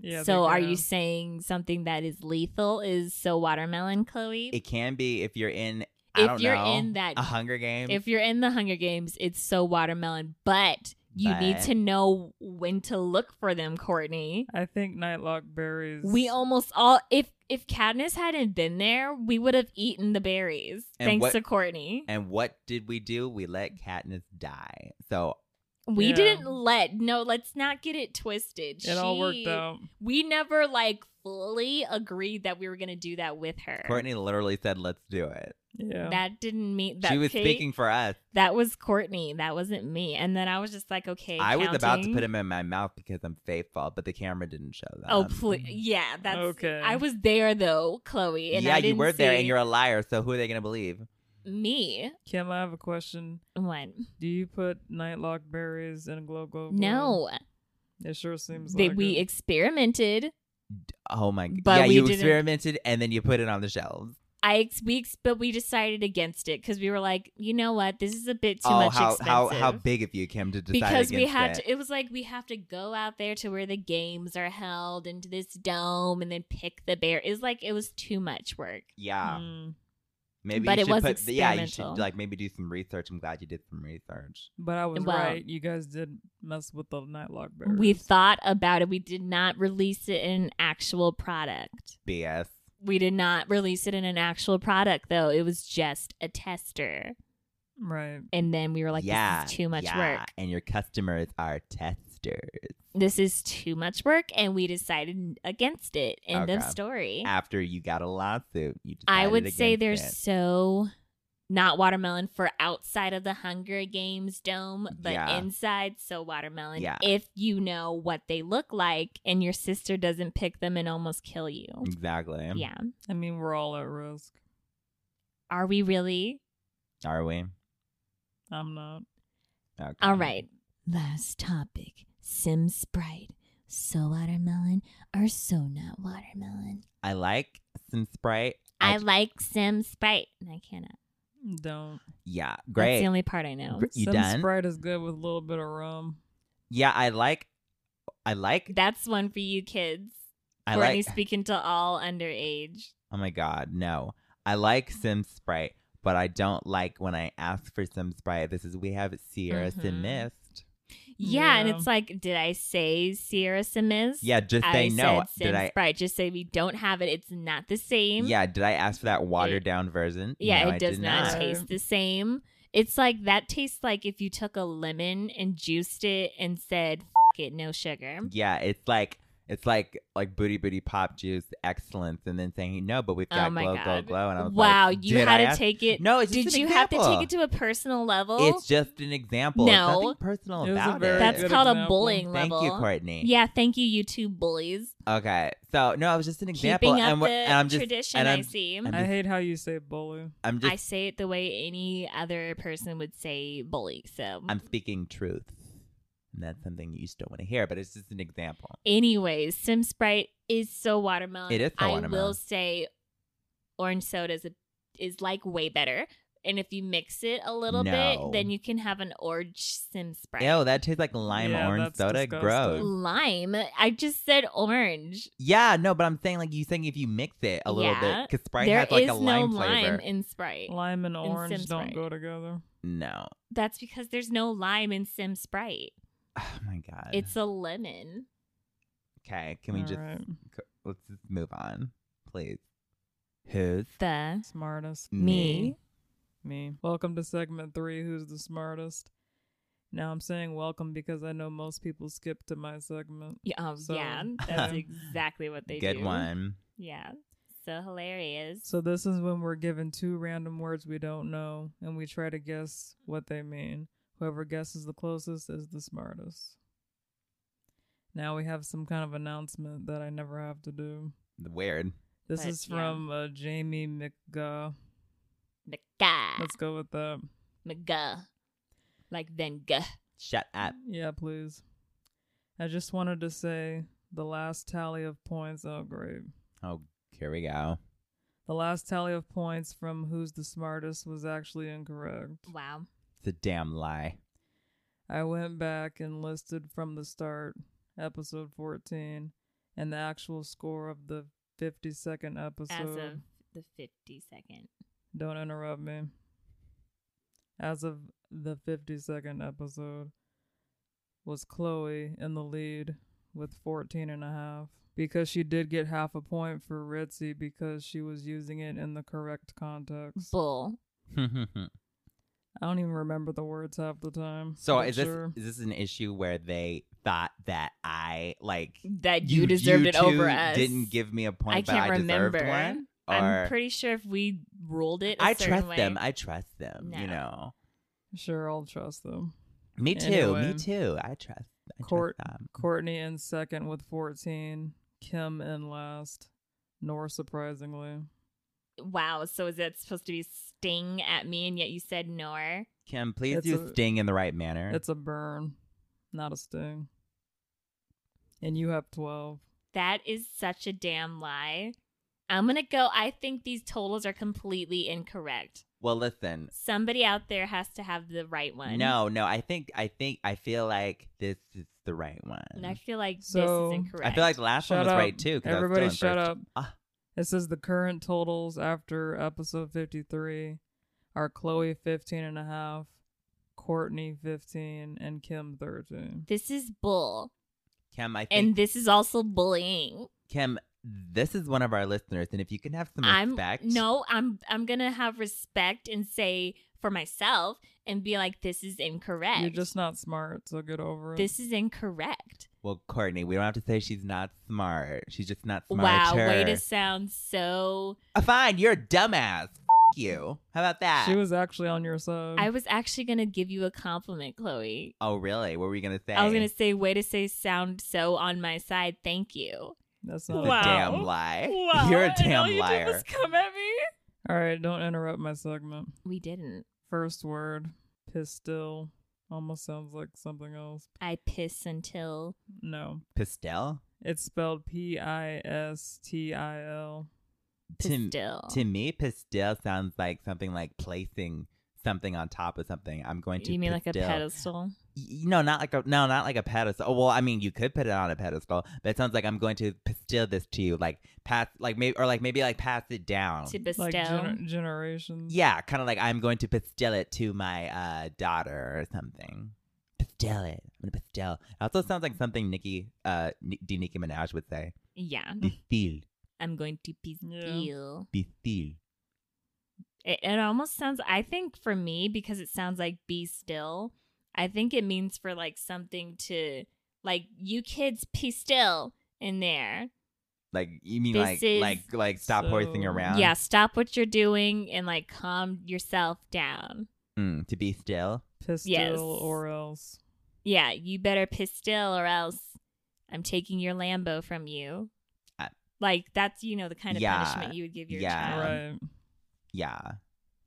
Speaker 3: Yeah. they
Speaker 2: so are you
Speaker 3: can.
Speaker 2: saying something that is lethal is so watermelon chloe
Speaker 1: It can be if you're in, I
Speaker 2: If
Speaker 1: don't
Speaker 2: you're
Speaker 1: know,
Speaker 2: in that-
Speaker 1: a Hunger Game.
Speaker 2: if you're in the Hunger Games, it's so watermelon, but you need
Speaker 1: But-
Speaker 2: to know when to look for them, Courtney.
Speaker 3: I think nightlock berries.
Speaker 2: We almost all if if Cadmus hadn't been there, we would have eaten the berries.
Speaker 1: And
Speaker 2: thanks
Speaker 1: what-
Speaker 2: to Courtney.
Speaker 1: and what did we do? We let Katniss die. So
Speaker 2: we
Speaker 3: Yeah.
Speaker 2: didn't let no, let's not get it twisted.
Speaker 3: It all worked
Speaker 2: She-
Speaker 3: out.
Speaker 2: We never like fully agreed that we were gonna do that with her.
Speaker 1: Courtney literally said, let's do it.
Speaker 3: Yeah.
Speaker 2: That didn't mean that
Speaker 1: she was
Speaker 2: Kate-
Speaker 1: speaking for us.
Speaker 2: That was Courtney. That wasn't me. And then I was just like, okay.
Speaker 1: I was about to
Speaker 2: counting.
Speaker 1: put him in my mouth because I'm faithful, but the camera didn't show that. Mm-hmm.
Speaker 2: Oh please, yeah, that's
Speaker 3: Okay.
Speaker 2: I was there though, Chloe, and
Speaker 1: yeah,
Speaker 2: I didn't
Speaker 1: you were there, and
Speaker 2: see
Speaker 1: you're a liar. So who are they gonna believe?
Speaker 2: me.
Speaker 3: Kim, I have a question.
Speaker 2: What?
Speaker 3: Do you put nightlock berries in glow glow? Glow?
Speaker 2: No,
Speaker 3: It sure seems
Speaker 2: they,
Speaker 3: like
Speaker 2: we
Speaker 3: it.
Speaker 2: experimented.
Speaker 1: Oh my god!
Speaker 2: But
Speaker 1: yeah,
Speaker 2: we
Speaker 1: you
Speaker 2: didn't-
Speaker 1: experimented, and then you put it on the shelves.
Speaker 2: I ex- we ex- but we decided against it because we were like, you know what, this is a bit too
Speaker 1: oh,
Speaker 2: much
Speaker 1: how
Speaker 2: expensive.
Speaker 1: how how big of you, Kim, to decide
Speaker 2: because we
Speaker 1: against
Speaker 2: had
Speaker 1: it.
Speaker 2: to it was like we have to go out there to where the games are held into this dome and then pick the bear It was like it was too much work
Speaker 1: Yeah,
Speaker 3: Mm.
Speaker 1: maybe.
Speaker 2: But
Speaker 1: you
Speaker 2: it
Speaker 1: should
Speaker 2: was
Speaker 1: put, Yeah, you should
Speaker 2: experimental.
Speaker 1: like maybe do some research. I'm glad you did some research.
Speaker 3: But I was
Speaker 2: Well-
Speaker 3: right. You guys did mess with the nightlock berries.
Speaker 2: we thought about it we did not release it in an actual product
Speaker 1: BS.
Speaker 2: we did not release it in an actual product though it was just a tester
Speaker 3: right.
Speaker 2: and then we were like
Speaker 1: yeah,
Speaker 2: this is too much
Speaker 1: yeah,
Speaker 2: work
Speaker 1: And your customers are testers.
Speaker 2: this is too much work and we decided against it end of
Speaker 1: Okay.
Speaker 2: story
Speaker 1: After you got a lawsuit, you.
Speaker 2: i
Speaker 1: decided
Speaker 2: would say
Speaker 1: against
Speaker 2: they're
Speaker 1: it.
Speaker 2: so not watermelon for outside of the hunger games dome but
Speaker 1: Yeah.
Speaker 2: inside so watermelon
Speaker 1: Yeah.
Speaker 2: if you know what they look like and your sister doesn't pick them and almost kill you
Speaker 1: exactly.
Speaker 2: yeah
Speaker 3: I mean, we're all at risk.
Speaker 2: are we really
Speaker 1: Are we?
Speaker 3: I'm not.
Speaker 1: Okay.
Speaker 2: all right
Speaker 5: Um, Last topic Sim Sprite, so watermelon or so not watermelon.
Speaker 1: I like some Sprite.
Speaker 2: I
Speaker 1: I-
Speaker 2: like Sim Sprite. And I cannot.
Speaker 3: Don't.
Speaker 1: Yeah,
Speaker 2: That's the
Speaker 1: great.
Speaker 2: only part I know.
Speaker 1: Gr- You
Speaker 3: Some
Speaker 1: done?
Speaker 3: Sprite is good with a little bit of rum.
Speaker 1: Yeah, I like. I like.
Speaker 2: That's one for you kids.
Speaker 1: I
Speaker 2: Courtney
Speaker 1: like.
Speaker 2: speaking to all underage.
Speaker 1: Oh my god, no. I like Sim Sprite, but I don't like when I ask for Sim Sprite. This is we have Sierra
Speaker 2: Mhm.
Speaker 1: Sim Mist.
Speaker 2: Yeah, and
Speaker 3: Yeah.
Speaker 2: it's like, did I say Sierra Simis?
Speaker 1: Yeah, just
Speaker 2: I
Speaker 1: say no.
Speaker 2: said Sim
Speaker 1: Did I?
Speaker 2: Sprite. Just say we don't have it. It's not the same.
Speaker 1: Yeah, did I ask for that watered down version?
Speaker 2: Yeah,
Speaker 1: No, I
Speaker 2: it does
Speaker 1: did
Speaker 2: not,
Speaker 3: not.
Speaker 2: taste the same. It's like that tastes like if you took a lemon and juiced it and said, F- it, no sugar.
Speaker 1: Yeah, it's like it's like like booty booty pop juice excellence, and then saying no, but we've
Speaker 2: Oh
Speaker 1: got
Speaker 2: my
Speaker 1: glow glow
Speaker 2: God.
Speaker 1: glow, and I was
Speaker 2: Wow,
Speaker 1: like,
Speaker 2: you
Speaker 1: did
Speaker 2: had
Speaker 1: I
Speaker 2: to
Speaker 1: ask-
Speaker 2: take it.
Speaker 1: No, it's just
Speaker 2: Did
Speaker 1: an
Speaker 2: you have to
Speaker 1: example.
Speaker 2: take it to a personal level?
Speaker 1: It's just an example.
Speaker 2: No.
Speaker 1: it's nothing personal
Speaker 3: It was a
Speaker 1: about
Speaker 3: very
Speaker 1: it.
Speaker 2: That's
Speaker 3: good
Speaker 2: called a
Speaker 3: example.
Speaker 2: bullying
Speaker 1: Thank
Speaker 2: level.
Speaker 1: you, Courtney.
Speaker 2: Yeah, thank you, you two bullies.
Speaker 1: Okay. So no, it was just an example,
Speaker 2: Keeping up
Speaker 1: and,
Speaker 2: the
Speaker 1: we're- and I'm just
Speaker 2: tradition,
Speaker 1: and
Speaker 2: I
Speaker 1: I'm-
Speaker 2: see.
Speaker 1: I'm
Speaker 2: i
Speaker 3: I
Speaker 1: just-
Speaker 3: hate how you say bully.
Speaker 1: I'm just
Speaker 2: say it the way any other person would say bully. So,
Speaker 1: I'm speaking truth. And that's something you just don't want to hear, but it's just an example.
Speaker 2: anyways, Sim Sprite is so watermelon.
Speaker 1: It is so
Speaker 2: I will
Speaker 1: watermelon.
Speaker 2: say, orange soda is a, is like way better. And if you mix it a little
Speaker 1: No.
Speaker 2: bit, then you can have an orange Sim Sprite.
Speaker 1: Ew, that tastes like lime
Speaker 3: Yeah,
Speaker 1: orange
Speaker 3: that's
Speaker 1: soda.
Speaker 3: disgusting.
Speaker 1: Gross.
Speaker 2: lime. I just said orange.
Speaker 1: Yeah, no, but I'm saying like you saying if you mix it a little
Speaker 2: Yeah.
Speaker 1: bit because Sprite
Speaker 2: There
Speaker 1: has like
Speaker 2: is
Speaker 1: a lime
Speaker 2: no
Speaker 1: flavor.
Speaker 2: lime in Sprite.
Speaker 3: Lime and
Speaker 2: And
Speaker 3: orange
Speaker 2: Sim
Speaker 3: don't
Speaker 2: Sprite.
Speaker 3: go together.
Speaker 1: no.
Speaker 2: That's because there's no lime in Sim Sprite.
Speaker 1: Oh my god.
Speaker 2: It's a lemon.
Speaker 1: okay. Can we
Speaker 3: All
Speaker 1: just
Speaker 3: right.
Speaker 1: c- let's just move on, please? Who's
Speaker 2: The
Speaker 3: smartest?
Speaker 2: me.
Speaker 3: Me. Welcome to segment three. Who's the smartest? Now I'm saying welcome because I know most people skip to my segment.
Speaker 2: Yeah, um,
Speaker 3: So-
Speaker 2: yeah, that's exactly what they do.
Speaker 1: Good one.
Speaker 2: Yeah, so hilarious.
Speaker 3: So this is when we're given two random words we don't know and we try to guess what they mean. Whoever guesses the closest is the smartest. Now we have some kind of announcement that I never have to do.
Speaker 1: Weird.
Speaker 3: This
Speaker 2: But,
Speaker 3: is
Speaker 2: yeah.
Speaker 3: from uh, Jamie McGaw.
Speaker 2: McGah,
Speaker 3: Let's go with that.
Speaker 2: McGah, like Van Gogh.
Speaker 1: Shut up.
Speaker 3: Yeah, please. I just wanted to say the last tally of points. Oh, great.
Speaker 1: Oh, here we go.
Speaker 3: The last tally of points from Who's the Smartest was actually incorrect.
Speaker 2: Wow.
Speaker 1: It's a damn lie.
Speaker 3: I went back and listed from the start, episode 14, and the actual score of the 52nd
Speaker 2: As
Speaker 3: episode.
Speaker 2: of the fifty second.
Speaker 3: Don't interrupt me. As of the 52nd episode, was Chloe in the lead with 14 and a half because she did get half a point for Ritzy because she was using it in the correct context.
Speaker 2: Bull.
Speaker 3: I don't even remember the words half the time.
Speaker 1: so
Speaker 3: but
Speaker 1: is this
Speaker 3: sure.
Speaker 1: is this an issue where they thought that I like
Speaker 2: That you, deserved it
Speaker 1: two
Speaker 2: over us.
Speaker 1: Didn't give me a point,
Speaker 2: I
Speaker 1: but
Speaker 2: can't
Speaker 1: I
Speaker 2: remember.
Speaker 1: deserved one.
Speaker 2: I'm
Speaker 1: Or-
Speaker 2: pretty sure if we ruled it, I
Speaker 1: I trust them. I trust them. You
Speaker 2: No.
Speaker 1: know,
Speaker 3: Sure, I'll trust them.
Speaker 1: me too.
Speaker 3: Anyway.
Speaker 1: Me too. I trust. I
Speaker 3: Court-
Speaker 1: trust them.
Speaker 3: Courtney in second with 14, Kim in last, nor surprisingly.
Speaker 2: wow. So is that supposed to be sting at me, and yet you said nor?
Speaker 1: Kim, please
Speaker 3: It's
Speaker 1: do
Speaker 3: a-
Speaker 1: sting in the right manner.
Speaker 3: It's a burn, not a sting. And you have 12.
Speaker 2: That is such a damn lie. I'm gonna go. I think these totals are completely incorrect.
Speaker 1: well, listen.
Speaker 2: Somebody out there has to have the right one.
Speaker 1: No, no. I think. I think. I feel like this is the right one.
Speaker 2: And I feel like this
Speaker 3: So-
Speaker 2: is
Speaker 3: I
Speaker 2: incorrect.
Speaker 1: I feel like the last
Speaker 3: shut
Speaker 1: one was
Speaker 3: up.
Speaker 1: right too. 'cause I was
Speaker 3: Everybody
Speaker 1: still in
Speaker 3: shut
Speaker 1: first.
Speaker 3: up.
Speaker 1: Ah.
Speaker 3: It says the current totals after episode 53 are Chloe 15 and a half, Courtney 15, and Kim 13.
Speaker 2: this is bull.
Speaker 1: Kim, I think.
Speaker 2: And this is also bullying.
Speaker 1: Kim, this is one of our listeners, and if you can have some
Speaker 2: I'm
Speaker 1: respect.
Speaker 2: no, I'm I'm gonna have respect and say for myself and be like, this is incorrect.
Speaker 3: You're just not smart, so get over it.
Speaker 2: this is incorrect.
Speaker 1: Well, Courtney, we don't have to say she's not smart. She's just not smarter.
Speaker 2: Wow, way to sound so.
Speaker 1: Uh, Fine, you're a dumbass. F- you. How about that?
Speaker 3: she was actually on your side.
Speaker 2: I was actually gonna give you a compliment, Chloe.
Speaker 1: Oh, really? What were you gonna say?
Speaker 2: I was gonna say, way to say sound so on my side. Thank you.
Speaker 3: That's
Speaker 1: It's
Speaker 3: not
Speaker 1: a
Speaker 3: a
Speaker 2: Wow.
Speaker 1: damn lie. You're a damn liar.
Speaker 2: come at me.
Speaker 3: All right, don't interrupt my segment.
Speaker 2: We didn't.
Speaker 3: First word, pistil. Almost sounds like something else.
Speaker 2: I piss until
Speaker 3: No.
Speaker 1: Pistel?
Speaker 3: It's spelled P I S T I L.
Speaker 1: To,
Speaker 2: still.
Speaker 1: to me, pastel sounds like something like placing something on top of something. I'm going to.
Speaker 2: you mean like a
Speaker 1: pastel.
Speaker 2: pedestal?
Speaker 1: Y- No, not like a no, not like a pedestal. Oh, well, I mean, you could put it on a pedestal, but it sounds like I'm going to pastel this to you, like pass, like maybe or like maybe like pass it down.
Speaker 2: To bestow?
Speaker 3: Like gener- generations.
Speaker 1: yeah, kind of like I'm going to pastel it to my uh, daughter or something. Pastel it. I'm gonna pastel. It also sounds like something Nicki, uh, Ni- D. Nicki Minaj would say.
Speaker 2: yeah.
Speaker 1: Pastel,
Speaker 2: I'm going to be
Speaker 3: Yeah.
Speaker 2: still.
Speaker 1: pastel.
Speaker 2: It, it almost sounds, I think for me, because it sounds like be still, I think it means for like something to, like, you kids be still in there.
Speaker 1: Like you mean
Speaker 2: This
Speaker 1: like
Speaker 2: is
Speaker 1: like like stop horsing
Speaker 3: so-
Speaker 1: around?
Speaker 2: yeah, stop what you're doing and like calm yourself down.
Speaker 1: Mm, to be still.
Speaker 3: Pistol
Speaker 2: Yes.
Speaker 3: or else.
Speaker 2: Yeah, you better piss still or else I'm taking your Lambo from you.
Speaker 1: I-
Speaker 2: like that's you know the kind of
Speaker 1: Uh, Yeah,
Speaker 2: punishment you would give your
Speaker 1: yeah.
Speaker 2: child.
Speaker 3: Right.
Speaker 1: Yeah.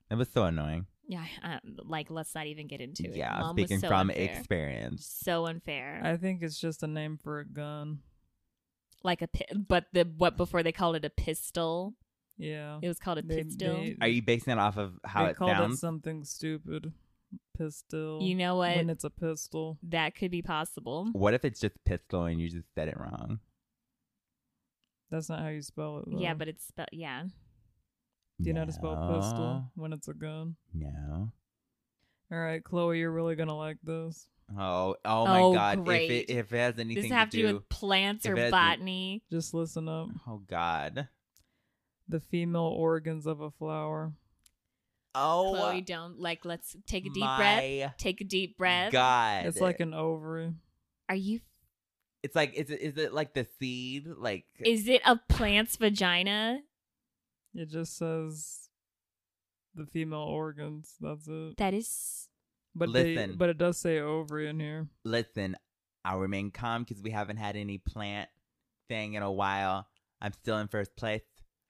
Speaker 1: It was so annoying.
Speaker 2: Yeah, um, like let's not even get into it.
Speaker 1: Yeah,
Speaker 2: Mom was
Speaker 1: speaking
Speaker 2: so
Speaker 1: from
Speaker 2: unfair.
Speaker 1: experience.
Speaker 2: so unfair.
Speaker 3: I think it's just a name for a gun.
Speaker 2: like a pi- but the what before they called it a pistol.
Speaker 3: Yeah.
Speaker 2: It was called a
Speaker 3: They-
Speaker 2: pistol.
Speaker 3: they-
Speaker 1: Are you basing it off of how
Speaker 3: they
Speaker 1: it
Speaker 3: called
Speaker 1: sounds?
Speaker 3: it something stupid. Pistol.
Speaker 2: you know what?
Speaker 3: When it's a pistol.
Speaker 2: that could be possible.
Speaker 1: what if it's just pistol and you just said it wrong?
Speaker 3: That's not how you spell it. Though.
Speaker 2: Yeah, but it's spelled yeah.
Speaker 3: do you know how to spell pistol when it's a gun?
Speaker 1: No.
Speaker 3: All right, Chloe, you're really gonna like this.
Speaker 1: Oh, oh my
Speaker 2: Oh,
Speaker 1: god.
Speaker 2: great.
Speaker 1: If it if it has anything
Speaker 2: Does it have to
Speaker 1: do
Speaker 2: do with plants
Speaker 1: if
Speaker 2: or
Speaker 1: it has-
Speaker 2: botany?
Speaker 3: Just listen up.
Speaker 1: Oh god.
Speaker 3: The female organs of a flower.
Speaker 1: Oh
Speaker 2: Chloe, don't like. Let's take a deep breath.
Speaker 1: my
Speaker 2: Take a deep breath.
Speaker 1: God.
Speaker 3: It's like an ovary.
Speaker 2: Are you?
Speaker 1: it's like is it is it like the seed? Like
Speaker 2: Is it a plant's vagina?
Speaker 3: It just says the female organs. That's it.
Speaker 2: That is.
Speaker 3: But they-
Speaker 1: Listen.
Speaker 3: but it does say ovary in here.
Speaker 1: listen, I'll remain calm because we haven't had any plant thing in a while. I'm still in first place.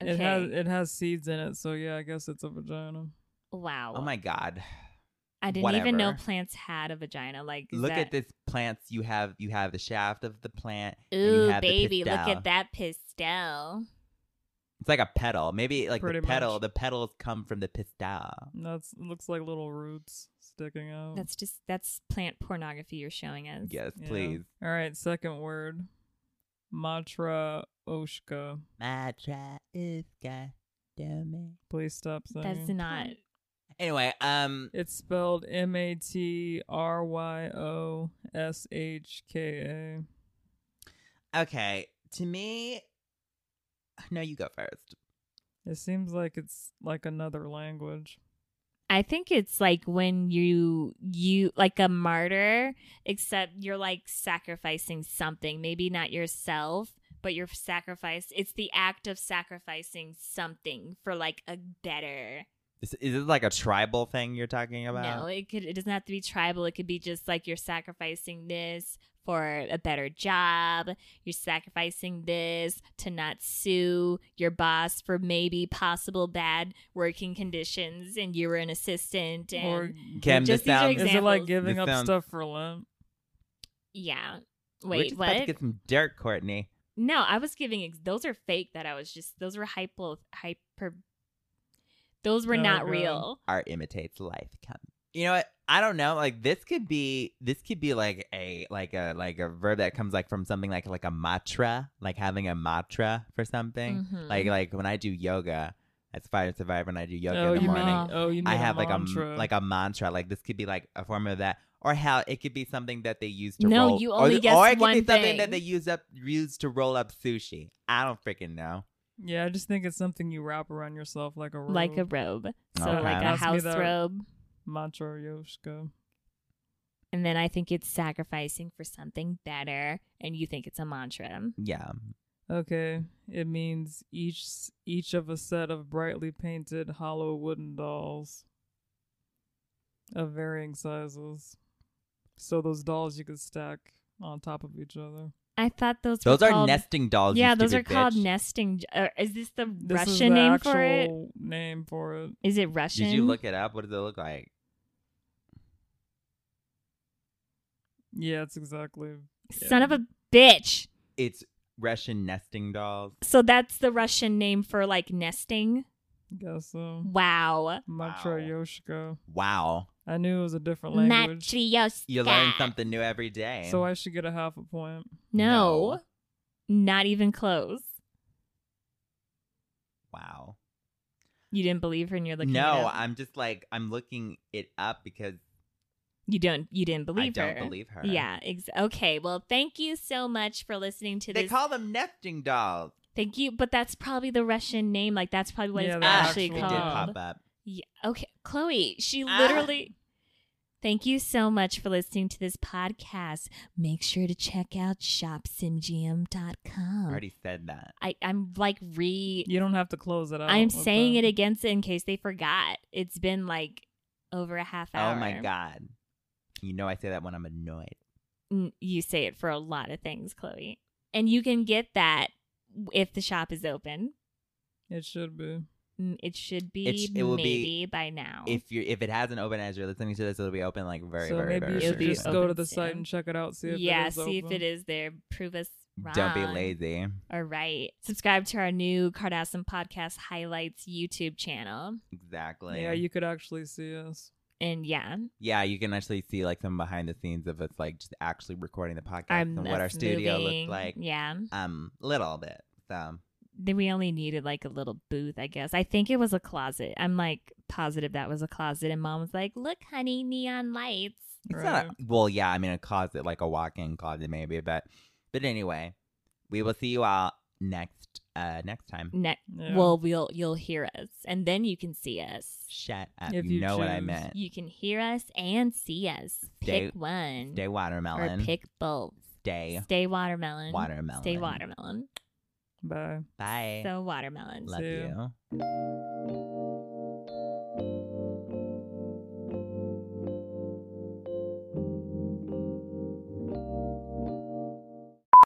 Speaker 2: Okay.
Speaker 3: It has it has seeds in it, so yeah, I guess it's a vagina.
Speaker 2: wow.
Speaker 1: Oh my god.
Speaker 2: I didn't even know
Speaker 1: whatever.
Speaker 2: plants had a vagina. Like is
Speaker 1: Look
Speaker 2: that-
Speaker 1: at this plants you have you have the shaft of the plant. and you
Speaker 2: Ooh,
Speaker 1: have the
Speaker 2: baby, look
Speaker 1: pistil.
Speaker 2: at that pistel.
Speaker 1: It's like a petal. Maybe like
Speaker 3: Pretty
Speaker 1: the petal
Speaker 3: much.
Speaker 1: the petals come from the pistil.
Speaker 3: That's looks like little roots sticking out.
Speaker 2: That's just that's plant pornography you're showing us.
Speaker 1: Yes,
Speaker 3: Yeah.
Speaker 1: please.
Speaker 3: All right, second word. Matra Oshka.
Speaker 1: My try is God damn it.
Speaker 3: Please stop singing.
Speaker 2: That's not
Speaker 1: Anyway, um
Speaker 3: It's spelled M A T R Y O S H K
Speaker 1: okay. To me No, you go first.
Speaker 3: A. It seems like it's like another language.
Speaker 2: I think it's like when you you like a martyr, except you're like sacrificing something. Maybe not yourself, but you're sacrificed. It's the act of sacrificing something for like a better.
Speaker 1: Is, is this like a tribal thing you're talking about?
Speaker 2: No, it could. It doesn't have to be tribal. It could be just like you're sacrificing this for a better job. You're sacrificing this to not sue your boss for maybe possible bad working conditions, and you were an assistant. And
Speaker 3: Or
Speaker 1: Kim,
Speaker 2: Just
Speaker 1: this
Speaker 2: these are
Speaker 1: sounds
Speaker 3: is it like
Speaker 2: examples.
Speaker 3: giving
Speaker 1: This
Speaker 3: up
Speaker 1: sounds-
Speaker 3: stuff for Lent?
Speaker 2: yeah,
Speaker 1: We're
Speaker 2: wait,
Speaker 1: just about to
Speaker 2: what?
Speaker 1: get some dirt, Courtney.
Speaker 2: no, I was giving ex- those are fake. That I was just those were hypo hyper. Those were
Speaker 3: Oh,
Speaker 2: not
Speaker 3: God.
Speaker 2: real.
Speaker 1: Art imitates life. Come. You know what? I don't know. Like this could be this could be like a like a like a verb that comes like from something like like a mantra, like having a mantra for something.
Speaker 3: Mm-hmm.
Speaker 2: Mhm.
Speaker 1: Like like when I do yoga, that's fire survive when I do yoga
Speaker 3: oh,
Speaker 1: in the
Speaker 3: you
Speaker 1: morning.
Speaker 3: mean oh you mean
Speaker 1: I have like a
Speaker 3: mantra.
Speaker 1: like a mantra. Like this could be like a form of that, or how it could be something that they use to
Speaker 2: No,
Speaker 1: roll.
Speaker 2: you
Speaker 1: or
Speaker 2: only
Speaker 1: th-
Speaker 2: guessed
Speaker 1: or it could
Speaker 2: one
Speaker 1: be something
Speaker 2: thing.
Speaker 1: that they use up use to roll up sushi. I don't freaking know.
Speaker 3: yeah, I just think it's something you wrap around yourself like a robe.
Speaker 2: Like a robe, so
Speaker 1: Okay.
Speaker 2: like a
Speaker 1: Ask
Speaker 3: me
Speaker 2: house
Speaker 3: that.
Speaker 2: robe.
Speaker 3: Matra Yoshka.
Speaker 2: And then I think it's sacrificing for something better, and you think it's a mantra.
Speaker 1: Yeah.
Speaker 3: Okay, it means each s- each of a set of brightly painted hollow wooden dolls of varying sizes. So those dolls you could stack on top of each other.
Speaker 2: I thought those
Speaker 1: Those
Speaker 2: were
Speaker 1: are
Speaker 2: called,
Speaker 1: nesting dolls. you
Speaker 2: Yeah, those are
Speaker 1: stupid
Speaker 2: called
Speaker 1: bitch.
Speaker 2: nesting. j- Or is this the
Speaker 3: This
Speaker 2: Russian
Speaker 3: is the
Speaker 2: name
Speaker 3: actual
Speaker 2: for it?
Speaker 3: name for it.
Speaker 2: Is it Russian?
Speaker 1: Did you look it up? What does it look like?
Speaker 3: Yeah, it's exactly.
Speaker 2: Son of a bitch.
Speaker 1: It's Russian nesting dolls.
Speaker 2: So that's the Russian name for like nesting.
Speaker 3: Guess so.
Speaker 2: Wow.
Speaker 3: Matryoshka.
Speaker 1: Wow.
Speaker 3: I knew it was a different language,
Speaker 2: Matryoshka.
Speaker 1: You learn something new every day.
Speaker 3: so I should get a half a point.
Speaker 2: No. Not even close.
Speaker 1: wow.
Speaker 2: You didn't believe her and you're looking
Speaker 1: no,
Speaker 2: it up.
Speaker 1: I'm just like I'm looking it up because
Speaker 2: you don't you didn't believe
Speaker 1: I
Speaker 2: her.
Speaker 1: don't believe her.
Speaker 2: Yeah, ex- okay. Well, thank you so much for listening to
Speaker 1: They
Speaker 2: this.
Speaker 1: call them nesting dolls.
Speaker 2: thank you, but that's probably the Russian name. Like that's probably what
Speaker 3: Yeah,
Speaker 2: it's
Speaker 3: they're
Speaker 2: actually
Speaker 1: Actually,
Speaker 3: actual-
Speaker 1: did
Speaker 2: called.
Speaker 1: pop up.
Speaker 2: Yeah. Okay, Chloe, she
Speaker 1: Ah.
Speaker 2: literally Thank you so much for listening to this podcast.
Speaker 5: Make sure to check out shopsimgm.com.
Speaker 1: I already said that.
Speaker 2: I I'm like re
Speaker 3: You don't have to close it out.
Speaker 2: I'm
Speaker 1: Oh,
Speaker 3: with
Speaker 2: saying
Speaker 3: that.
Speaker 2: it against it in case they forgot. It's been like over a half hour.
Speaker 1: Oh my god. You know I say that when I'm annoyed.
Speaker 2: N- You say it for a lot of things, Chloe. And you can get that if the shop is open.
Speaker 3: It should be.
Speaker 2: M- It should be
Speaker 1: It's- it will
Speaker 2: maybe
Speaker 1: be-
Speaker 2: by now.
Speaker 1: If you if it hasn't opened as you're listening to this, it'll be open like very,
Speaker 3: Oh. so
Speaker 1: very,
Speaker 3: maybe
Speaker 1: very
Speaker 3: you should
Speaker 2: It'll be
Speaker 1: soon.
Speaker 3: just go to
Speaker 2: open
Speaker 3: the site
Speaker 2: soon.
Speaker 3: and check it out. See if
Speaker 2: yeah,
Speaker 3: it is
Speaker 2: see
Speaker 3: open.
Speaker 2: if it is there. Prove us wrong.
Speaker 1: Don't be lazy.
Speaker 2: All right. Subscribe to our new Cardassian Podcast Highlights YouTube channel.
Speaker 1: Exactly.
Speaker 3: yeah, you could actually see us.
Speaker 2: And yeah,
Speaker 1: Yeah, you can actually see like some behind the scenes of us like just actually recording the podcast
Speaker 2: I'm
Speaker 1: and what our
Speaker 2: us
Speaker 1: studio
Speaker 2: moving.
Speaker 1: looks like.
Speaker 2: Yeah.
Speaker 1: Um, little bit. So
Speaker 2: then we only needed like a little booth, I guess. I think it was a closet. I'm like positive that was a closet. And mom was like, Look, honey, neon lights.
Speaker 1: it's not
Speaker 3: right?
Speaker 1: a, well, yeah, I mean a closet, like a walk in closet maybe, but but anyway, we will see you all next uh next time.
Speaker 2: Ne-
Speaker 3: Yeah.
Speaker 2: Well, we'll you'll hear us and then you can see us.
Speaker 1: Shut up.
Speaker 3: If
Speaker 1: you,
Speaker 3: you
Speaker 1: know what I
Speaker 3: choose.
Speaker 1: meant.
Speaker 2: You can hear us and see us.
Speaker 1: Stay-
Speaker 2: pick one.
Speaker 1: Stay watermelon.
Speaker 2: Or pick both.
Speaker 1: Stay
Speaker 2: Stay watermelon.
Speaker 1: watermelon.
Speaker 2: Stay watermelon.
Speaker 3: Bye.
Speaker 1: Bye.
Speaker 2: So watermelon.
Speaker 1: Love
Speaker 3: See ya.
Speaker 1: you.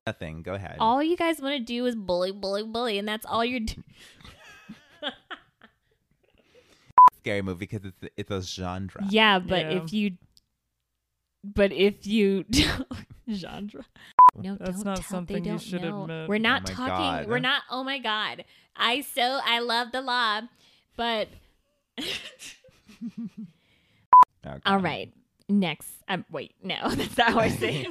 Speaker 1: Nothing. Go ahead.
Speaker 2: all you guys want to do is bully, bully, bully, and that's all you're doing.
Speaker 1: Scary movie because it's it's a genre.
Speaker 2: Yeah, but
Speaker 3: Yeah.
Speaker 2: if you, but if you genre, no,
Speaker 3: That's
Speaker 2: don't
Speaker 3: not
Speaker 2: tell,
Speaker 3: something
Speaker 2: they
Speaker 3: you
Speaker 2: don't
Speaker 3: should
Speaker 2: know.
Speaker 3: admit.
Speaker 2: We're not
Speaker 1: Oh my
Speaker 2: talking.
Speaker 1: God.
Speaker 2: We're not. Oh my god! I so I love the law, but
Speaker 1: Okay.
Speaker 2: all right. Next, um, wait, no, that's not what I say.